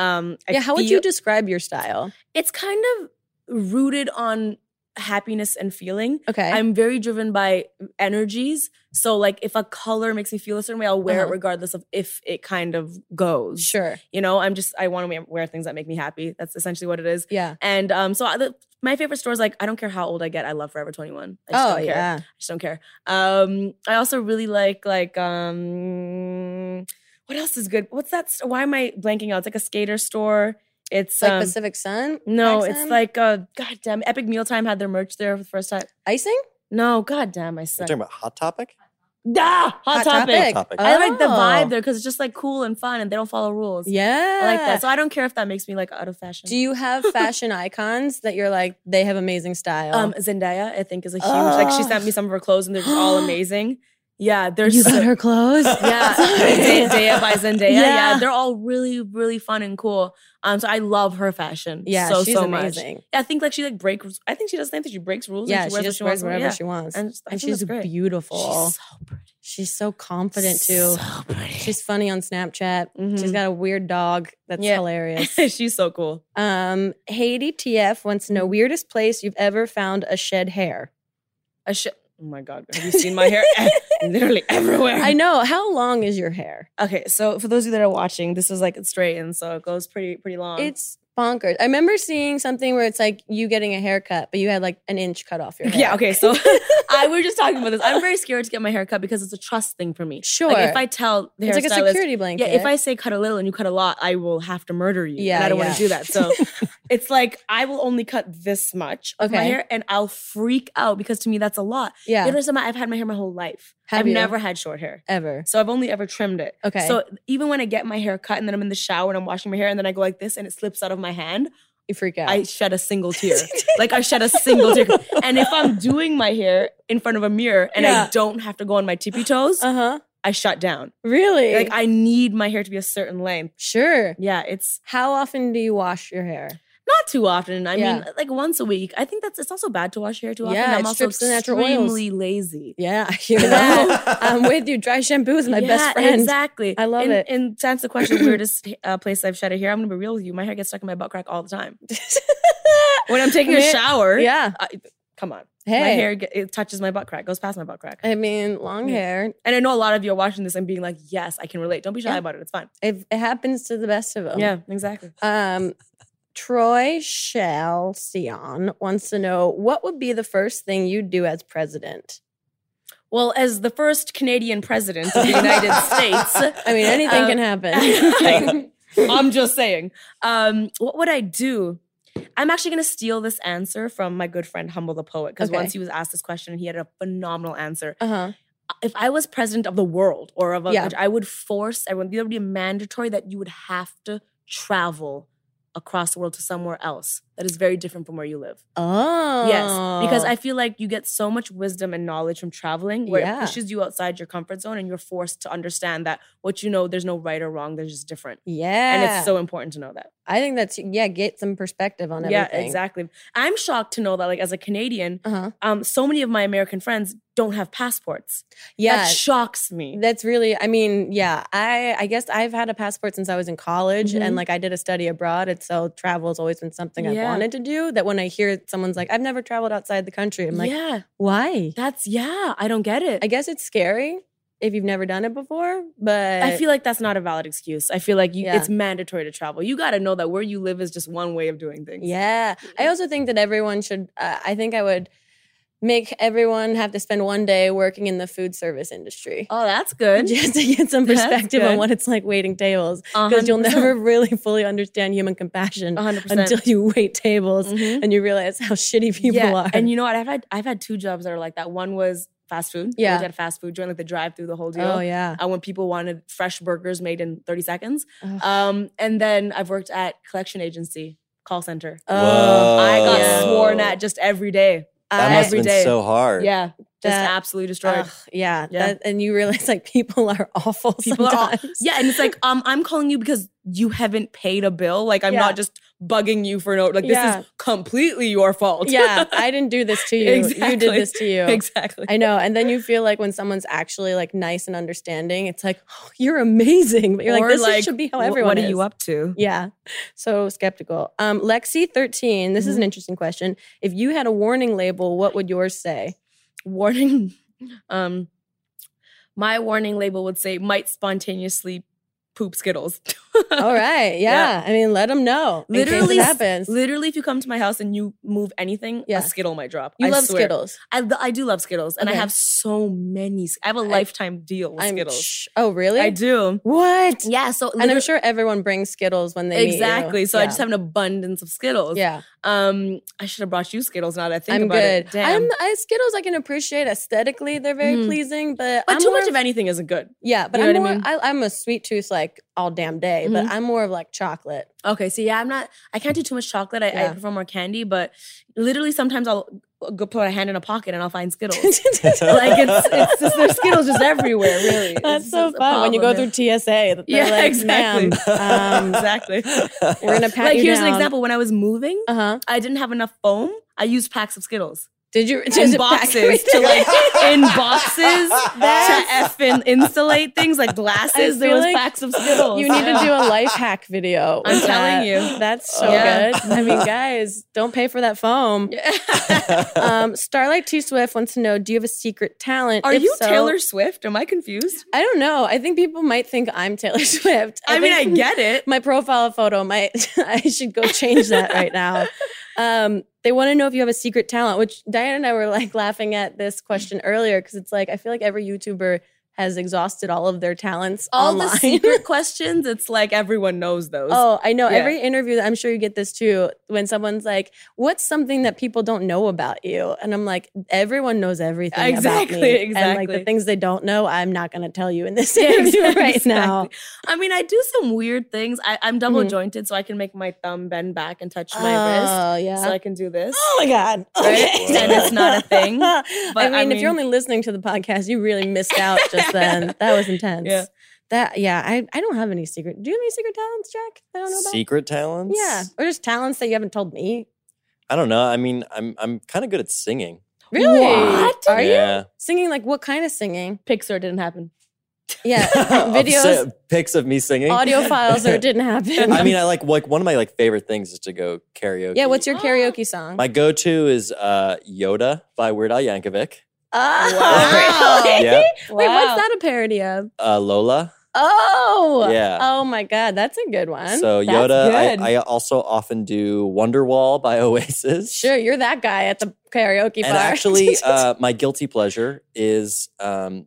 um I yeah, how would you feel- describe your style? It's kind of rooted on happiness and feeling. Okay. I'm very driven by energies. So like if a color makes me feel a certain way, I'll wear Uh-huh. it regardless of if it kind of goes. sure. You know, I'm just I want to wear things that make me happy. That's essentially what it is. Yeah. And um, so I- the, my favorite store is like I don't care how old I get, I love Forever 21. I just oh don't care. yeah. I just don't care. Um, I also really like like um, what else is good? What's that? St- why am I blanking out? It's like a skater store. It's It's like um, Pacific Sun. no, Maxim? it's like uh, goddamn Epic Mealtime had their merch there for the first time. icing. No, goddamn, I suck. talking about Hot Topic? Ah, hot, Hot topic. topic. Topic. I like the Oh. vibe there because it's just like cool and fun, and they don't follow rules. Yeah. I like that. So I don't care if that makes me like out of fashion. Do you [laughs] have fashion icons that you're like, they have amazing style? um, Zendaya, I think, is a huge. Like she Oh. sent me some of her clothes, and they're [gasps] just all amazing. Yeah, there's you got her clothes? [laughs] Yeah, Sorry. [laughs] Zendaya [laughs] by Zendaya. Yeah. Yeah. they're all really, really fun and cool. Um, so I love her fashion. Yeah, so she's so much. amazing. I think like she like breaks. I think she does the same thing. She breaks rules. Yeah, and she, she, just wears wears what whatever she she wants. wants. Yeah. And, just- I and think she's that's great. beautiful. She's She's, so so pretty. confident too. So pretty. She's funny on Snapchat. She's Mhm. got a weird dog that's Yeah. [laughs] hilarious. she's so cool. Um, Haiti TF wants to know weirdest place you've ever found a shed hair. I sh- oh my god, have you seen my [laughs] hair? [laughs] Eh, Literally everywhere. [laughs] I know. How long is your hair? okay, so for those of you that are watching, this is like it's straightened, so it goes pretty pretty long. It's bonkers. I remember seeing something where it's like you getting a haircut, but you had like an inch cut off your hair. [laughs] yeah. Okay, so I we were just talking about this. I'm very scared to get my hair cut because it's a trust thing for me. Sure. Like if I tell the it's like a hairstylist, security blanket. yeah, if I say cut a little and you cut a lot, I will have to murder you. Yeah, and Yeah, I don't yeah. want to do that. [laughs] So it's like I will only cut this much of my Okay. hair, and I'll freak out because to me that's a lot. yeah, You understand? my- I've had my hair my whole life. Have I've you? never had short hair. ever. So I've only ever trimmed it. Okay. So even when I get my hair cut and then I'm in the shower and I'm washing my hair and then I go like this and it slips out of my hand, You freak out. I shed a [laughs] single tear. like I shed a single tear. [laughs] And if I'm doing my hair in front of a mirror and I Yeah. don't have to go on my tippy toes, uh huh. I shut down. Really? Like I need my hair to be a certain length. sure. Yeah, it's How often do you wash your hair? not too often. I mean, Yeah. like once a week. I think that's it's also bad to wash your hair too often. Yeah, I'm it also strips the natural oils. extremely lazy. [laughs] Yeah, you [laughs] know, I'm with you. Dry shampoo is my best Yeah, friend. Exactly. I love and, it. And to answer the question, [clears throat] weirdest uh, place I've shed a hair, I'm going to be real with you. My hair gets stuck in my butt crack all the time. When I'm taking a Man, shower, [laughs] Yeah. I, come on. My Hey. hair get, it touches my butt crack, goes past my butt crack. I mean, long Yeah. hair. And I know a lot of you are watching this and being like, yes, I can relate. Don't be shy Yeah. about it. It's fine. It, it happens to the best of them. Yeah, exactly. Um, Troy Chalcyon wants to know what would be the first thing you'd do as president? Well, as the first Canadian president of [laughs] the United States, I mean, Uh, anything can [laughs] happen. [laughs] I'm just saying. Um, what would I do? I'm actually going to steal this answer from my good friend Humble the Poet because Okay. once he was asked this question, he had a phenomenal answer. uh huh. If I was president of the world or of a Yeah. country, I would force everyone, there would be mandatory that you would have to travel across the world to somewhere else that is very different from where you live. Oh. Yes, because I feel like you get so much wisdom and knowledge from traveling where Yeah. it pushes you outside your comfort zone and you're forced to understand that what you know, there's no right or wrong, there's just different. Yeah. And it's so important to know that. I think that's, yeah, get some perspective on Yeah, everything. exactly. I'm shocked to know that, like, as a Canadian, Uh huh. um, so many of my American friends don't have passports. Yeah. That shocks me. That's really, I mean, yeah. I I guess I've had a passport since I was in college, Mhm. and like I did a study abroad, and so travel has always been something I've Yeah. wanted to do. That when I hear someone's like, "I've never traveled outside the country," I'm like, yeah, "Why?" that's yeah. I don't get it. I guess it's scary if you've never done it before, but I feel like that's not a valid excuse. I feel like you, Yeah. it's mandatory to travel. You got to know that where you live is just one way of doing things. yeah. Mm-hmm. I also think that everyone should. Uh, I think I would make everyone have to spend one day working in the food service industry. [laughs] Oh, that's good. Just to get some That's perspective on good. what it's like waiting tables, A hundred because you'll percent. never really fully understand human compcompassion A hundred percent. [laughs] until you wait tables Mhm. and you realize how shitty [laughs] people yeah. are. And you know what? I've had I've had two jobs that are like that. One was fast food. I Yeah. worked at a fast food joint, like the drive through, the whole [laughs] deal. oh yeah, Uh, when people wanted fresh burgers made in 30 seconds. Ugh. Um, and then I've worked at collection agency, call center. Uh, Whoa. I got yeah. sworn at just every day. That I- must have every been day. so hard. Yeah, just That- absolutely destroyed. Ugh, yeah, Yeah. that- and you realize like people are [laughs] awful. People are all- sometimes. Yeah, and it's like um, I'm calling you because you haven't paid a bill. Like I'm Yeah. not just bugging you for no. Like this Yeah. is completely your fault. [laughs] yeah. I didn't do this to you. You Exactly. did this to you. exactly. I know. And then you feel like when someone's actually like nice and understanding, it's like oh, you're amazing. But you're Or, like this is- like, should be how wh- everyone. What is. are you up to? Yeah. So skeptical. Um, Lexi thirteen. Mm-hmm. This is an interesting question. If you had a warning label, what would yours [laughs] say? warning um my warning label would say might spontaneously poop Skittles. [laughs] All right. Yeah. I mean, let them know. in case it Literally, happens. Literally, if you come to my house and you move anything, Yeah. a Skittle might drop. You I love swear. Skittles. I, lo- I do love Skittles, and I Okay. have so many. Sk- I have a lifetime deal with I'm- Skittles. shh. Oh, really? I do. What? Yeah. So And I'm liter- sure everyone brings Skittles when they meet you. exactly. So I Yeah. just have an abundance of Skittles. Yeah, Um, I should have brought you Skittles. Now that I think I'm about good. it, damn. I'm I, Skittles. I can appreciate aesthetically; they're very Mhm. pleasing. But but I'm too more much of anything isn't good. yeah. But you know I'm what I more. I mean? Mm-hmm. am a sweet tooth like all damn day. But I'm more of like chocolate. Okay, so yeah, I'm not. I can't do too much chocolate. I, Yeah. I prefer more candy, but literally sometimes I'll go put a hand in a pocket and I'll find [laughs] Skittles. like it's, it's just, there's Skittles just everywhere. Really, [laughs] That's It's so just a fun when you go problem. through TSA. Yeah, Yeah, [laughs] like, exactly. "Ma'am, [laughs] um, [laughs] exactly. [laughs] we're gonna pat like you here's down. an example. When I was moving, Uh huh. I didn't have enough foam. I used packs of Skittles Did you in just boxes to like [laughs] in boxes [laughs] to effing insulate things like glasses. There feel was like packs of [laughs] Skittles. You need to Yeah. do a life hack video. [laughs] I'm with telling that. you. That's so Yeah. [laughs] good. I mean, guys, don't pay for that foam. um, Starlight T Swift wants to know Do you have a secret talent? Are If you so- Taylor Swift? Am I confused? I don't know. I think people might think I'm Taylor [laughs] Swift. I, mean, I think [laughs] get it. my profile photo might, [laughs] I should go change that right [laughs] now. Um, they want to know if you have a secret talent, which Diana and I were like laughing at this question earlier because it's like, I feel like every YouTuber has exhausted all of their talents all online. the [laughs] secret questions, it's like everyone knows those. [laughs] Oh, I know. Yeah. Every interview, I'm sure you get this too. When someone's like, "What's something that people don't know about you?" and I'm like, "Everyone knows everything Exactly, about me." And like exactly. the things they don't know, I'm not going to tell you in [laughs] this Yeah, interview [laughs] exactly, right now. exactly. I mean, I do some weird things. I, I'm double Mhm. jointed, so I can make my thumb bend back and touch my wrist. oh yeah. So I can do this. [gasps] oh my god. Right? And it's [laughs] not a thing, But I, mean, I if you're mean- only listening to the podcast, you really missed out just then. That was intense. Yeah. That yeah. I I don't have any secret. Do you have any secret talents, Jack? that I don't know about. Secret talents? Yeah, or just talents that you haven't told me. I don't know. I mean, I'm I'm kind of good at singing. Really? What? Are you yeah. singing? Like what kind of singing? Pixar didn't happen. [laughs] Yeah, Of videos, si- pics of me singing. audio [laughs] files, or it didn't happen. I mean, [laughs] I like like one of my like favorite things is to go karaoke. yeah. What's your karaoke song? my go-to is uh, Yoda by Weird Al Yankovic. oh, really? yeah, [laughs] Wait, Wow. what's that a parody of? uh, Lola. Oh, Yeah. Oh my God, that's a good one. So That's Yoda. good. I, I also often do Wonderwall by [laughs] Oasis. sure, you're that guy at the karaoke And bar. [laughs] actually, uh, my guilty pleasure is um,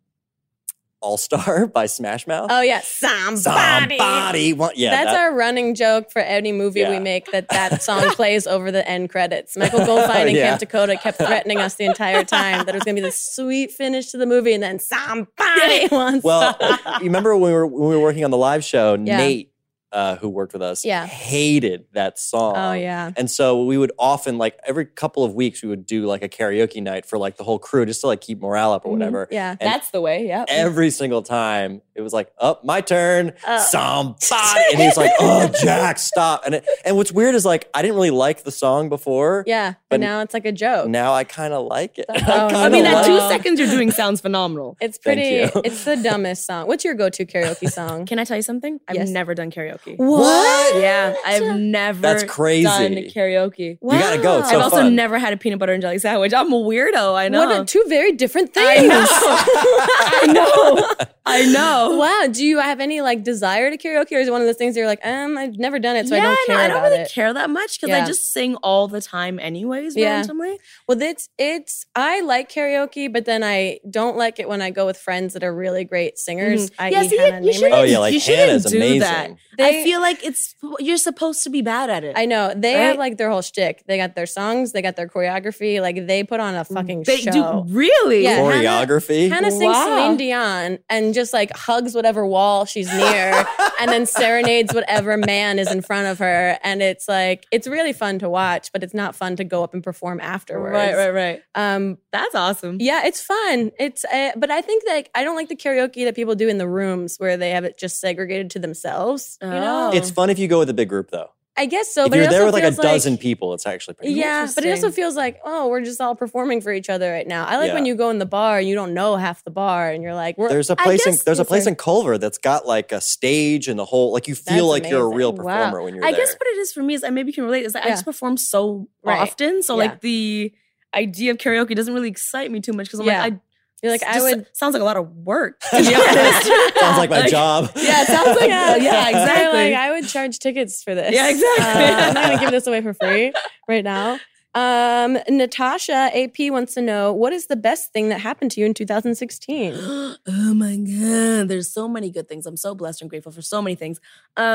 All Star [laughs] by Smash Mouth. oh yeah, somebody. Somebody want- yeah, that's that- our running joke for any movie we Yeah. make [laughs] that that song plays over the end credits. Michael Goldfine and Yeah. Camp Dakota kept threatening us the entire time that it was going to be this sweet finish to the movie, and then somebody [laughs] wants. [laughs] Well, [laughs] you remember when we were when we were working on the live show, Yeah. Nate, uh, who worked with us, Yeah. hated that song. oh yeah. And so we would often like every couple of weeks we would do like a karaoke night for like the whole crew just to like keep morale up or Mm-hmm. whatever. Yeah. And- That's the way. Yeah. Every single time it was like, "Up, my turn, Uh. somebody," and he's like, "Oh, Jack, stop!" And it, and what's weird is like I didn't really like the song before. Yeah. But- But, now it's like a joke. Now I kind of like it. [laughs] Oh, kinda I mean, that like- two seconds you're doing [laughs] sounds phenomenal. it's Thank pretty you. it's the dumbest song. What's your go-to [laughs] karaoke song? Can I tell you something? I've Yes. never done karaoke. What? Yeah, I've never That's crazy. done karaoke. You gotta go. It's so I've also fun. never had a peanut butter and jelly sandwich. I'm a weirdo. I know. What are two very different [laughs] I things. know. I [laughs] know. I know. Wow. Do you have any like desire to karaoke or is it one of those things you're like, um, I've never done it, so I don't no, care I don't about really it. care that much because I Yeah. just sing all the time, anyways. Yeah. Randomly, Well, it's it's I like karaoke, but then I don't like it when I go with friends that are really great singers. I Mm. Mm-hmm. e Yeah, see, you- you Oh yeah, like You shouldn't Hannah's do amazing. that. They- I feel like it's you're supposed to be bad at it. I know they have Right? like their whole shtick. They got their songs, they got their choreography. Like they put on a fucking Mm, they show. do really. Yeah. Hannah- Choreography. Hannah sings Wow. Celine Dion and just like hugs whatever wall she's [laughs] near and then serenades whatever man is in front of her. And it's like, it's really fun to watch, but it's not fun to go up and perform afterwards. Right, right, right. Um, That's awesome. yeah, it's fun. It's, uh, but I think like, I don't like the karaoke that people do in the rooms where they have it just segregated to themselves. You know? Oh. It's fun if you go with a big group though. I guess so. if but you're it there also with like a feels dozen people, it's actually pretty. yeah, but it also Interesting. feels like, oh, we're just all performing for each other right now. I like Yeah. when you go in the bar and you don't know half the bar and you're like, we're, There's a I place in guess- there's a I'm place sorry. in Culver that's got like a stage and the whole like you feel That's like you're a amazing. real Wow. performer when you're I there. guess what it is for me is, and maybe you can relate, is that I Yeah. just perform so Right. often. So, Yeah. like, the idea of karaoke doesn't really excite me too much because I'm Yeah. like, I, You're like, I Just would. sounds like a lot of [laughs] work. To be honest. Sounds like my job. [laughs] yeah, it sounds [laughs] like uh, yeah, They're exactly. Like, I would charge tickets for this. Yeah, exactly. Uh, I'm not gonna give this away for free right now. Um, Natasha AP wants to know what is the best thing that happened to you in 2016. [gasps] oh my god there's so many good things i'm so blessed and grateful for so many things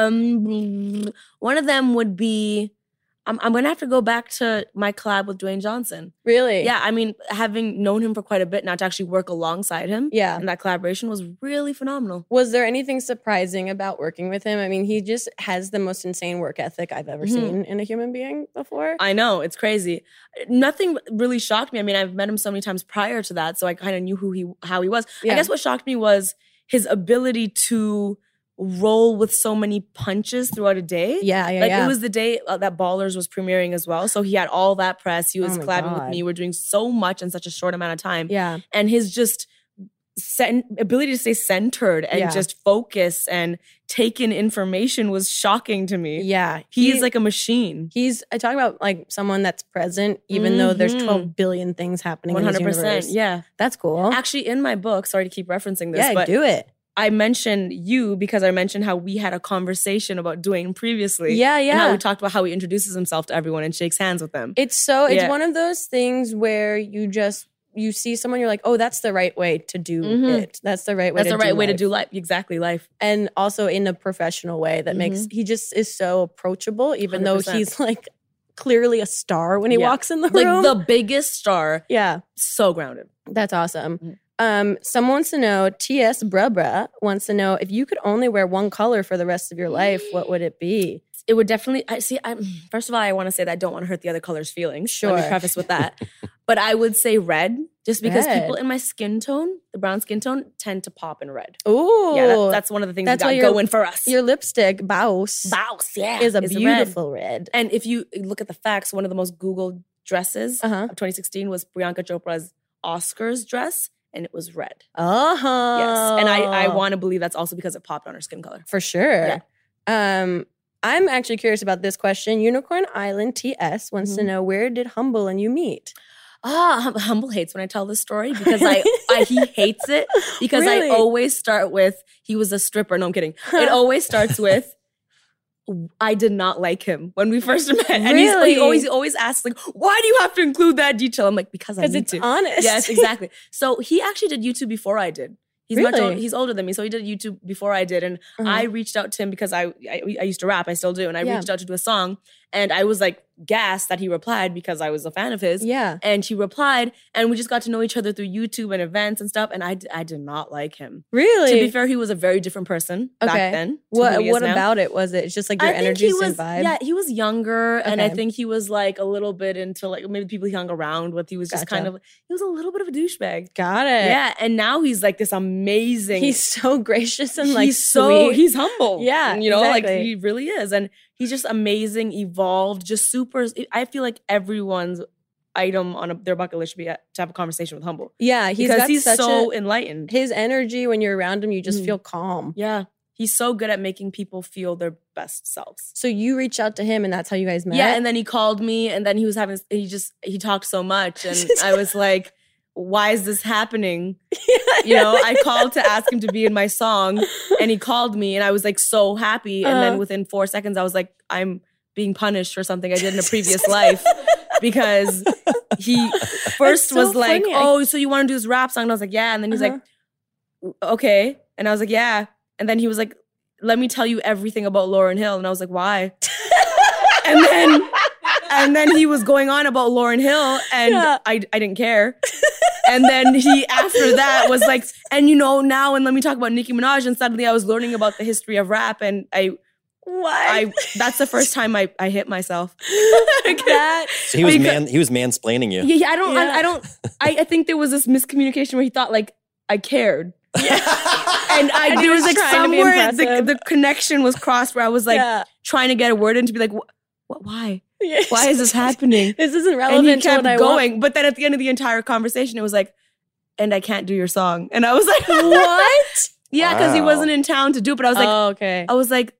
um one of them would be i'm, I'm gonna have to go back to my collab with dwayne johnson Really? yeah i mean having known him for quite a bit now to actually work alongside him Yeah. and that collaboration was really phenomenal Was there anything surprising about working with him? I mean, he just has the most insane work ethic I've ever Mhm. seen in a human being before. I know it's crazy. Nothing really shocked me. I mean, I've met him so many times prior to that, so I kind of knew who he, how he was. I Yeah. guess what shocked me was his ability to roll with so many punches throughout a day. yeah, yeah, Like yeah. it was the day uh, that Ballers was premiering as well, so he had all that press. He was Oh my collabing God. with me. We're doing so much in such a short amount of time, yeah. and his just cen- ability to stay centered and Yeah. just focus and take in information was shocking to me. Yeah. He is He- like a machine. He's I talk about like someone that's present, even though there's Mhm. 12 billion things happening. One One hundred hundred percent. Yeah. that's cool. Actually, in my book, sorry to keep referencing this, Oh. yeah, but do it. I mentioned you because I mentioned how we had a conversation about Dwayne previously. Yeah, yeah. And how we talked about how he introduces himself to everyone and shakes hands with them. It's so it's Yeah. one of those things where you just you see someone, you're like, oh, that's the right way to do Mhm. it. That's the right way. That's to the right do way to life. do life. Exactly, life. and also in a professional way that makes Mm-hmm. he just is so approachable, even though 100%. he's like clearly a star when he Yeah. walks in the Like room. the biggest star, yeah, so grounded. that's awesome. Mm. Um, someone wants to know. T.S. Brubra wants to know if you could only wear one color for the rest of your life, what [gasps] would it be? It would definitely. I see. I first of all, I want to say that I don't want to hurt the other color's feelings. Let Sure. me preface with [laughs] that. but I would say red, just because Red. people in my skin tone, the brown skin tone, tend to pop in red. Ooh, yeah, that, that's one of the things That's why we got your- going for us. your lipstick, Baus, Bouse, yeah, is a red. beautiful red. And if you look at the facts, one of the most Googled dresses Uh huh. of 2016 was Priyanka Chopra's Oscars dress, and it was red. Uh huh. Yes. And I, I want to believe that's also because it popped on her skin color. for Oh. sure. Um, I'm actually curious about this question. Unicorn Island TS wants to Mhm. know where did Humble and you meet? Ah, Hum- [laughs] Humble hates when I tell this story because I, I [laughs] he hates it [laughs] because Really? I always start with he was a stripper. No, I'm kidding. [laughs] It always starts with I did not like him when we first [laughs] met, and he's, Really? he always he always asks like, "Why do you have to include that detail?" I'm like, "Because I Because need it's to." honest. [laughs] Yes, exactly. So he actually did YouTube before I did. He's much older, Really? he's older than me, so he did YouTube before I did, and Uh-huh. I reached out to him because I, I I used to rap, I still do, and I Yeah. reached out to do a song, and I was like gassed that he replied because I was a fan of his, yeah. and he replied, and we just got to know each other through YouTube and events and stuff, and I d- I did not like him. Really? To be fair, he was a very different person Okay. back then. to who what he is what now. about it was it? It's just like your I think energy he and was, vibe. Yeah, he was younger, and I Okay. think he was like a little bit into like maybe people he hung around with. He was just kind Gotcha. of he was a little bit of a douchebag. Got it. Yeah, and now he's like this amazing. He's so gracious and like he's so sweet. he's humble. Yeah, you know, like exactly. he really is, and he's just amazing, evolved, just super. I feel like everyone's item on a, their bucket list should be at, to have a conversation with humble yeah, he's because got he's such so a, enlightened. his energy when you're around him, you just Mhm. feel calm. Yeah, he's so good at making people feel their best selves. So you reach out to him and that's how you guys met. Yeah, and then he called me, and then he was having. He just he talked so [laughs] much, and I was like, "Why is this happening?" [laughs] You know, I [laughs] called to ask him to be in my song, [laughs] and he called me, and I was like so happy. And Uh. then within four seconds, I was like, "I'm being punished for something I did in a [laughs] previous life." Because he first so was like, funny. I- "Oh, so you want to do this rap song?" And I was like, "Yeah." And then he's Uh-huh. like, "Okay," and I was like, "Yeah." And then he was like, "Let me tell you everything about Lauren Hill," and I was like, "Why?" and then and then he was going on about Lauren Hill and Yeah. I I didn't care. And then he after that was like, and you know, now and let me talk about Nicki Minaj. And suddenly I was learning about the history of rap and I what? I [laughs] that's the first time I, I hit myself. that So he was Because- man. He was mansplaining you. Yeah, yeah, I don't Yeah. I, I don't I, I think there was this miscommunication where he thought like I cared. [laughs] And I And he there was was like trying to be somewhere the, impressive. the connection was crossed where I was like yeah. trying to get a word in to be like, what, why? Yeah. [laughs] Why is this happening? this isn't and relevant he to kept what [laughs] I want. going. But then at the end of the entire conversation, it was like, "And I can't do your song." And I was [laughs] like, [laughs] What? yeah, because he Wow. wasn't in town to do. it. But I was like, oh, okay. I was like,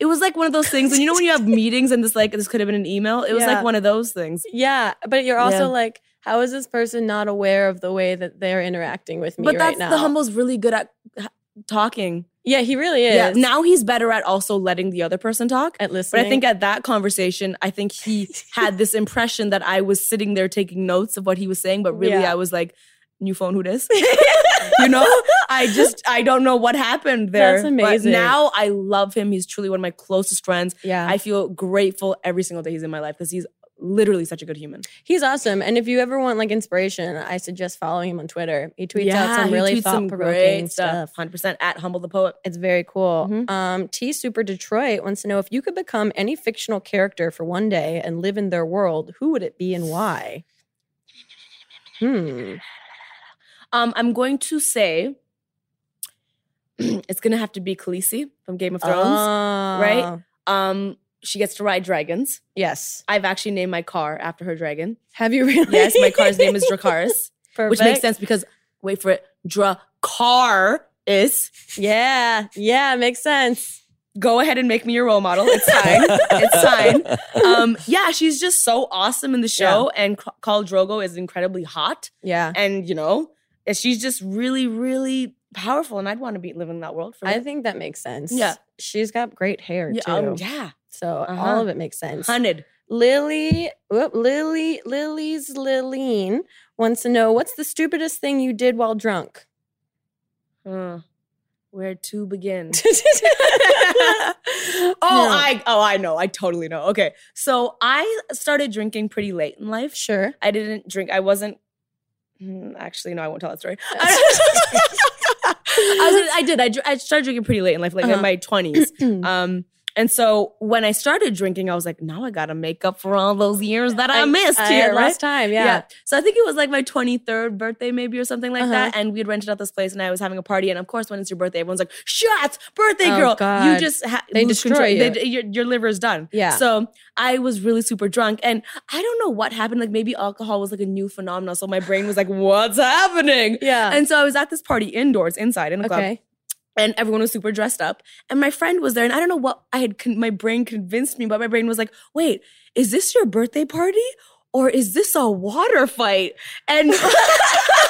it was like one of those things. And you [laughs] know when you have meetings and this like this could have been an email. It was Yeah. like one of those things. Yeah, but you're also Yeah. like, how is this person not aware of the way that they're interacting with me But right that's now? the humble's really good at h- talking. yeah, he really is. Yeah. Now he's better at also letting the other person talk. at listening. But I think at that conversation, I think [laughs] he had this impression that I was sitting there taking notes of what he was saying, but really Yeah. I was like, new phone, who [laughs] this? you know? I just, I don't know what happened there. That's But amazing. now I love him. He's truly one of my closest friends. yeah, I feel grateful every single day he's in my life because he's literally such a good human. he's awesome. And if you ever want like inspiration, I suggest following him on Twitter. He tweets out he some really tweets some thought great provoking stuff. 100% at Humble the Poet. It's very cool. Mhm. Um, T Super Detroit wants to know if you could become any fictional character for one day and live in their world, who would it be and why? Hmm. Um, I'm going to say [clears throat] it's going to have to be Khaleesi from Game of Oh. Thrones. right? Um, she gets to ride dragons. Uh, Yes. I've actually named my car after her [laughs] dragon. Have you really? Yes, my car's [laughs] name is Dracaris, Perfect. which makes sense because wait for it, Dracaris. Yeah. Yeah, makes sense. Go ahead and make me your role model. [laughs] It's fine. it's fine. Um, yeah, she's just so awesome in the show, and Ca- Khal Drogo is incredibly hot, Yeah. and you know, and she's just really, really powerful. And I'd want to be living in that world for. I her. think that makes sense. Yeah. She's got great hair yeah, too. um, yeah, So Uh-huh. all of it makes sense. hunted. Lily, whoop, Lily, Lily's Liline wants to know what's the stupidest thing you did while drunk? Uh, where [laughs] to begin? oh, [laughs] oh, I oh I know. I totally know. Okay. So I started drinking pretty late in [laughs] life. sure. I didn't drink. I wasn't Hmm, actually no, I won't tell that story. I, was gonna- I did. I, dr- I started drinking pretty late in life, like Uh-huh. in [clears throat] my 20s. um and so when I started drinking, I was like, now I gotta make up for all those years that I, missed I here, had right? Last time, yeah. Uh-huh. So I think it was like my 23rd birthday, maybe, or something like that. And we had rented out this place and I was having a party. And of course, when it's your birthday, everyone's like, shots, birthday Oh, girl. You God. just, ha- They lose destroy control. you. They- your, your liver is done. Yeah. So I was really super drunk. And I don't know what happened. Like maybe alcohol was like a new phenomenon. So my brain was like, what's happening? Yeah. And so I was at this party indoors, inside in a club okay. and everyone was super dressed up and my friend was there and i don't know what i had con- my brain convinced me but my brain was like wait is this your birthday party or is this a water fight and [laughs]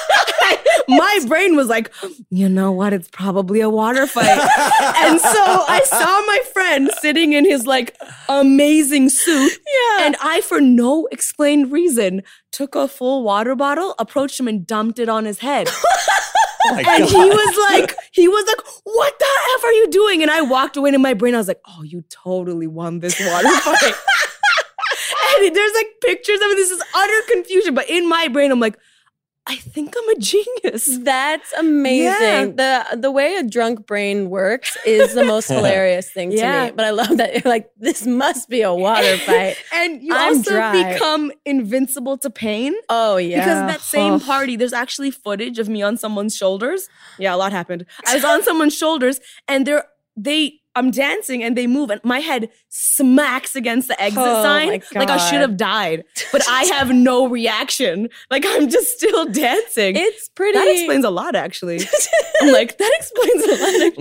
my brain was like you know what it's probably a water fight and so i saw my friend sitting in his like amazing suit Yeah. and i for no explained reason took a full water bottle approached him and dumped it on his head Oh my and God. he was [laughs] like, he was like, what the F are you doing? And I walked away and in my brain, I was like, oh, you totally won this water [laughs] fight. and there's like pictures of it. This is utter confusion. But in my brain, I'm like, I think I'm a genius. That's amazing. The the way a drunk brain works is the most hilarious thing to Yeah. me. But I love that you're like, this must be a [laughs] water fight. And you I'm also dry. become invincible to pain. oh yeah. Because that same Oh. party, there's actually footage of me on someone's shoulders. Yeah, a lot [laughs] happened. I was on someone's shoulders, and they're they. I'm dancing and they move, and my head smacks against the exit Oh, sign. my Like I should God. [laughs] have died, but I have no reaction. Like I'm just still [laughs] dancing. it's pretty that [laughs] explains a lot, actually. I'm like, that explains a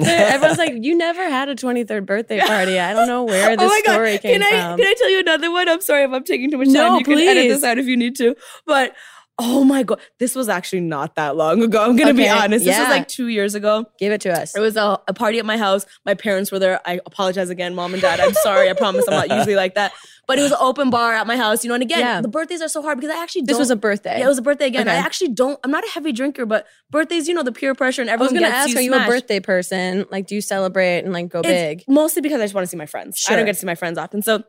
lot. [laughs] Everyone's like, you never had a 23rd birthday party. I don't know where this [laughs] oh my story god! came can I from. can I tell you another one? I'm sorry if I'm taking too much time. No, you can edit this please. out if you need to. But oh my god, this was actually not that long ago. I'm gonna be Okay, honest. This was yeah. like two years ago. Give it to us. It was a, a party at my house. My parents were there. I apologize again, mom [laughs] and dad. I'm sorry. I promise I'm not usually like that. But it was an open bar at my house, you know. And again, Yeah. the birthdays are so hard because I actually This don't- was a birthday. yeah, it was a birthday again. I Okay. actually don't. I'm not a heavy drinker, but birthdays, you know, the peer pressure and I was everyone gonna gets ask, you are you a smashed. birthday person? Like, do you celebrate and like go big? It's mostly because I just want to see my friends. I Sure. don't get to see my friends often. So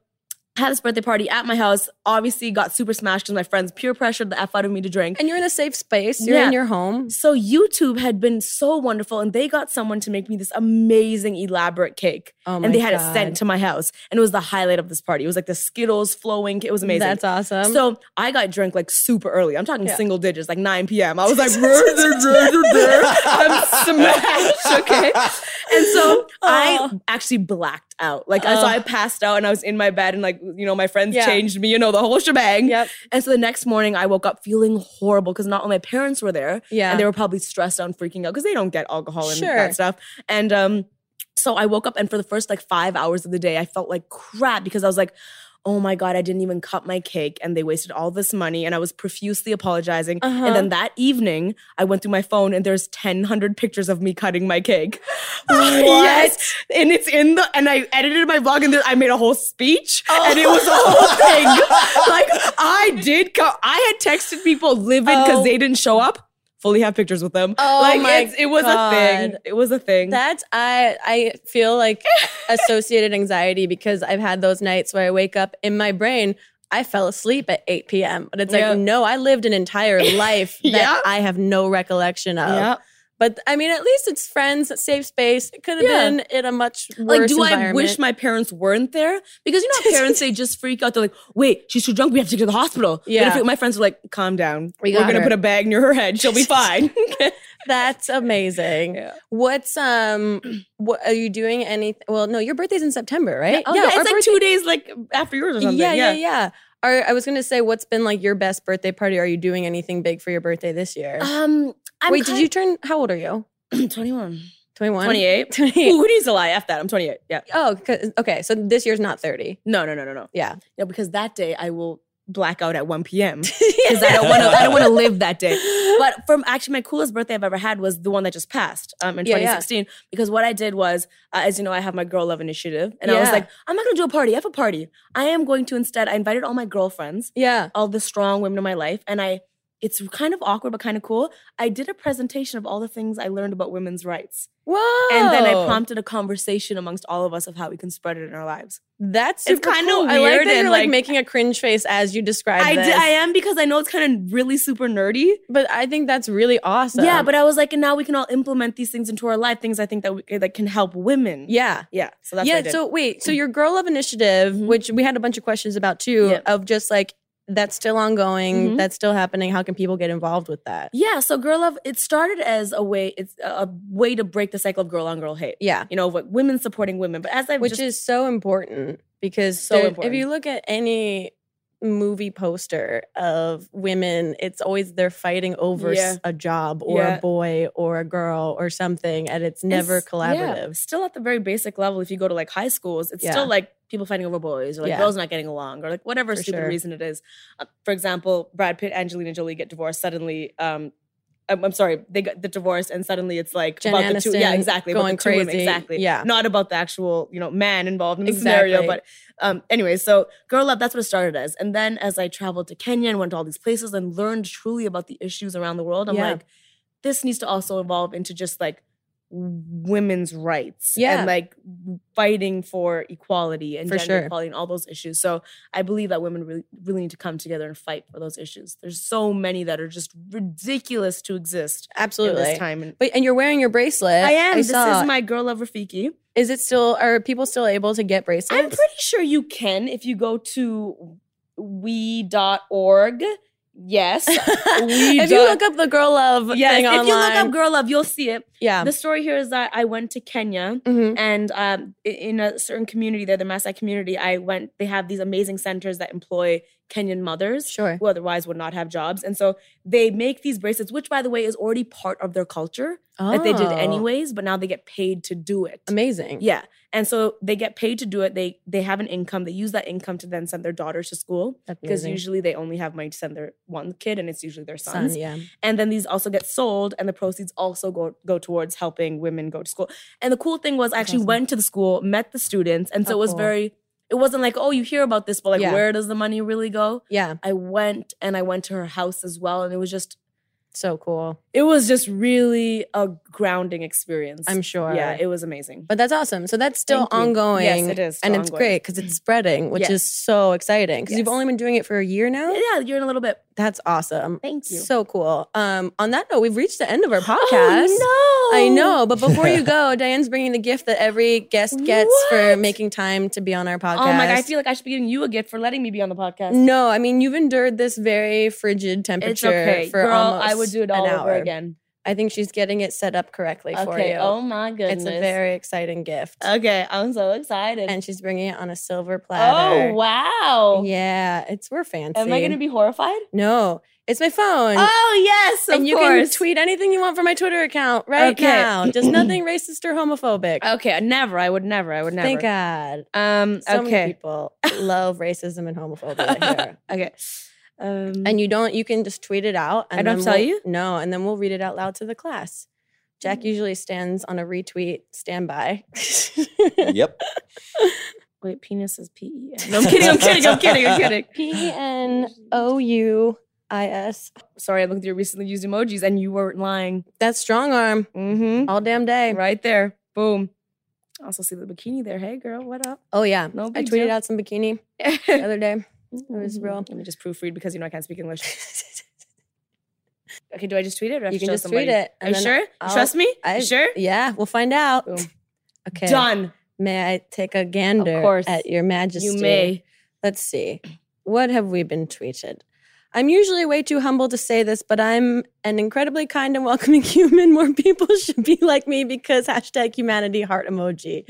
I had this birthday party at my house. Obviously, got super smashed because my friends peer pressured the F out of me to drink. And you're in a safe space. You're Yeah. in your home. so YouTube had been so wonderful, and they got someone to make me this amazing, elaborate cake, Oh my and they had it God. sent to my house, and it was the highlight of this party. It was like the Skittles flowing. It was amazing. That's awesome. So I got drunk like super early. I'm talking Yeah. single digits, like 9 p.m. I was [laughs] like, "Rrr, rrr, rrr, rrr, [laughs] rrr." I'm smashed, [laughs] okay? And so I actually blacked out. Like, I so I passed out and I was in my bed and like, you know, my friends Yeah. changed me, you know, the whole shebang. Yep. And so the next morning I woke up feeling horrible because not only my parents were there Yeah. and they were probably stressed out and freaking out because they don't get alcohol and Sure. that stuff. And, um, so I woke up and for the first like five hours of the day, I felt like crap because I was like, oh my God, I didn't even cut my cake and they wasted all this money. And I was profusely apologizing. Uh-huh. And then that evening, I went through my phone and there's 1,000 pictures of me cutting [laughs] my cake. [laughs] yes. And it's in the, and I edited my vlog and there, I made a whole speech Oh. and it was [laughs] a whole thing. like I did cut, I had texted people livid because Oh. they didn't show up. Fully have pictures with them. Oh like my it's, it was a thing. God. It was a thing. That's I I feel [laughs] like associated anxiety because I've had those nights where I wake up in my brain I fell asleep at 8 p.m. But it's Yeah. like no, I lived an [laughs] entire life that Yeah. I have no recollection of. yeah. But I mean, at least it's friends, safe space. It could have Yeah. been in a much worse Like, do I environment. wish my parents weren't there? Because [laughs] you know, how parents they just freak out. They're like, "Wait, she's too drunk. We have to take her to the hospital." But Yeah. if it- my friends were like, "Calm down. We We got are gonna her." put a bag near her head. [laughs] She'll be fine." That's amazing. What's um? [clears throat] What are you doing? Any? Well, no, your birthday's in September, right? Oh, [laughs] yeah, it's our like two days like after yours or something. yeah, yeah, yeah. Are, I was gonna say, what's been like your best birthday party? Are you doing anything big for your birthday this year? Um, I'm Wait, did you turn? How old are you? you [clears throat] 21, 21? [laughs] 28? 28. Ooh, [laughs] who needs to lie? F that. I'm 28. Yeah. Oh, 'cause- okay. So this year's not [laughs] 30. No, no, no, no, no. Yeah. Yeah, because that day I will black out at 1 [laughs] p.m. because I don't want to. I don't want to live that day. But from actually, my coolest birthday I've ever had was the one that just passed um, in Yeah, yeah. 2016. Because what I did was, uh, as you know, I have my girl love initiative, and I was Yeah. like, I'm not going to do a party. I have a party. I am going to instead. I invited all my girlfriends, Yeah. all the strong women in my life, and I. It's kind of awkward, but kind of cool. I did a presentation of all the things I learned about women's rights, Whoa. and then I Oh. prompted a conversation amongst all of us of how we can spread it in our lives. That's It's super kinda cool. I like weird that and, you're like, like- making a cringe face as you describe I, this. d- I am because I know it's kind of really super nerdy, but I think that's really awesome. Yeah, but I was like, and now we can all implement these things into our life, things I think that we, that can help women. yeah. yeah. So that's what I yeah. did. Mm. So wait, so your Girl Love Initiative, Mhm. which we had a bunch of questions about too, Yeah. of just like that's still ongoing, Mhm. that's still happening. How can people get involved with that? yeah, so girl love it started as a way it's a a way to break the cycle of girl on girl hate. Yeah. You know, what women supporting women, but as I Which just, is so important because So there- important. if you look at any movie poster of women, it's always they're fighting over s- Yeah. a job or Yeah. a boy or a girl or something, and it's never It's- collaborative. yeah, still at the very basic level, if you go to like high schools, it's Yeah. still like people fighting over boys or like Yeah. girls not getting along or like whatever For stupid sure. reason it is. Uh, for example, Brad Pitt, Angelina Jolie get divorced suddenly. Um, I'm, I'm sorry, they got the divorce and suddenly it's like Jen about the two. Yeah, Aniston exactly. about going the two women, crazy. exactly. Yeah. Not about the actual you know man involved in the scenario, Exactly. but um, anyway, so Girl Love, that's what it started as. And then as I traveled to Kenya and went to all these places and learned truly about the issues around the world, I'm Yeah. like, this needs to also evolve into just like women's rights Yeah. and like fighting for equality and For gender sure. equality and all those issues. So I believe that women really, really need to come together and fight for those issues. There's so many that are just ridiculous to exist Absolutely. in this time. And But and you're wearing your bracelet. I am. this saw. is my girl love Rafiki. Is it still? Are people still able to get bracelets? I'm pretty sure you can if you go to we.org. [laughs] Yes. We if you don't- look up the girl love Yes. thing If online, you look up girl love, you'll see it. yeah, The story here is that I went to Kenya Mhm. and um, i- in a certain community there, the Maasai community, I went, they have these amazing centers that employ Kenyan mothers sure, who otherwise would not have jobs. And so they make these bracelets, which by the way is already part of their culture that they did Oh, anyways, but now they get paid to do it. Amazing. Yeah. And so they get paid to do it. They they have an income. They use that income to then send their daughters to school That's because amazing. usually they only have money to send their one kid and it's usually their Son, sons. yeah, And then these also get sold and the proceeds also go go towards helping women go to school. And the cool thing was I That's actually awesome. went to the school, met the students, and so Oh, it was cool. very it wasn't like, "Oh, you hear about this, but like Yeah. where does the money really go?" yeah, I went and I went to her house as well and it was just so cool. it was just really a grounding experience. I'm sure. Yeah, it was amazing. but that's awesome. So that's still Thank you. ongoing. Yes, it is still and it's ongoing. great because it's spreading, which Yes. is so exciting. Because you've Yes. only been doing it for a year now. yeah, you're in a little bit. That's awesome. Thank you. So cool. Um, on that note, we've reached the end [gasps] of our podcast. Oh, no. I know, but before [laughs] you go, Diane's bringing the gift that every guest gets for What? making time to be on our podcast. Oh my god, I feel like I should be giving you a gift for letting me be on the podcast. no, I mean you've endured this very frigid temperature it's okay, for girl. almost I would do it an all over hour. again. I think she's getting it set up correctly for Okay. you. Oh my goodness. it's a very exciting gift, okay. I'm so excited. and she's bringing it on a silver oh platter. wow. Yeah, it's we're fancy. Am I gonna be horrified? No, It's my phone. Oh yes, of and you course. can tweet anything you want from my Twitter account right Okay. now. [clears throat] Just nothing racist or homophobic. Okay, never. I would never. I would never. Thank God. Um. So many okay. people love racism and [laughs] homophobia here. Okay. Um, And you don't, you can just tweet it out. And I don't then tell we'll- you? Mm. No, and then we'll read it out loud to the class. Jack usually stands on a retweet [laughs] standby. Yep. [laughs] wait, penis is P E N. No, I'm kidding. I'm kidding. I'm kidding. I'm [laughs] kidding. P N O U I S. Sorry, I looked at your recently used emojis, and you weren't lying. That's strong arm Mm-hmm. all damn day. Right there. Boom. I Also see the bikini there. Hey, girl, what up? Oh, yeah. No I big tweeted deal. out some [laughs] bikini the it other day. was real. Let me just proofread because you know I can't speak English. okay, do I just tweet it? Or do [laughs] I have You to can show just somebody? tweet it. Are and you then sure? You I'll- Trust me. I- you sure? Yeah, we'll find out. Boom. Okay. Done. May I take a gander course. at your majesty? you may. Let's see. What have we been tweeted? I'm usually way too humble to say this, but I'm an incredibly kind and welcoming [laughs] human. More people [laughs] should be like me because hashtag humanity heart emoji.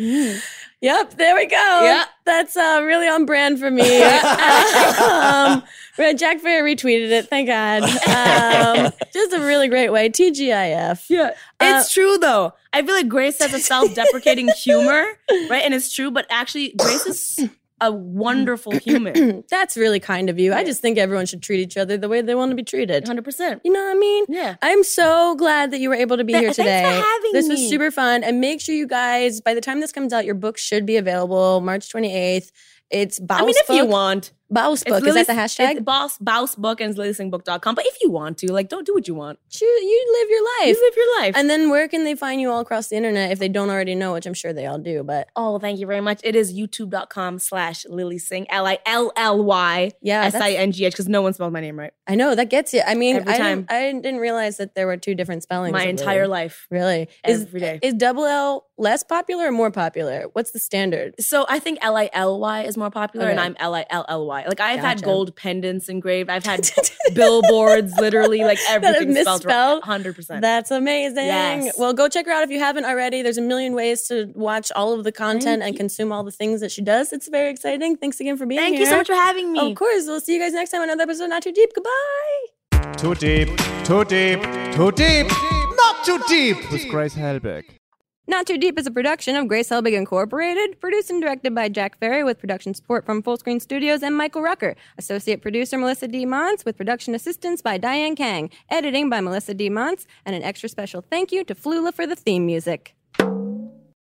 Yep, there we go. Yeah. That's uh, really on brand for me. um, Red Jack Fair retweeted it. Thank God. Um, just a really great way. TGIF. [gasps] Yeah. It's true though. I feel like Grace has a self-deprecating [laughs] humor, right? And it's true, but actually Grace is [clears throat] a wonderful human. That's really kind of you. I just think everyone should treat each other the way they want to be treated. 100%. You know what I mean? Yeah. I'm so glad that you were able to be Th- here thanks for today. having this was me. super fun. And make sure you guys, by the time this comes out, your book should be available March 28th. It's Bausbook. I mean, if you want, Bausbook. Is that the hashtag? It's boss, boss book and listeningbook.com. But if you want to, like, don't do what you want. Choo- you live your life. You live your life. and then where can they find you all across the internet if they don't already know, which I'm sure they all do. But oh, thank you very much. It is youtube.com slash Lily Singh, L I L L Y yeah, S that's- I N G H, because no one spelled my name right I know that gets you. I mean, Every I, time. Didn't, I didn't realize that there were two different spellings. my of entire Lily. life. Really? Is, Every day. Is double L less popular or more popular? What's the [laughs] standard? So I think L I L Y is more popular, and Okay. I'm L I L L Y. Like I've Gotcha. had gold pendants engraved. [laughs] I've had billboards, literally like That I've everything spelled misspelled? Hundred percent. That's amazing. Yes. Well, go check her out if you haven't already. There's a million ways to watch all of the content Thank and you. consume all the things that she does. It's very exciting. Thanks again for being Thank here. you so much for having me. Of course. We'll see you guys next time on another episode of Not Too Deep. Goodbye. Too deep, too deep, too deep. Not too deep. With Grace Helbig. Not Too Deep is a production of Grace Helbig Incorporated, produced and directed by Jack Ferry with production support from Full Screen Studios and Michael Rucker, associate producer Melissa D. Mons with production assistance by Diane Kang, editing by Melissa D. Mons, and an extra special thank you to Flula for the theme music.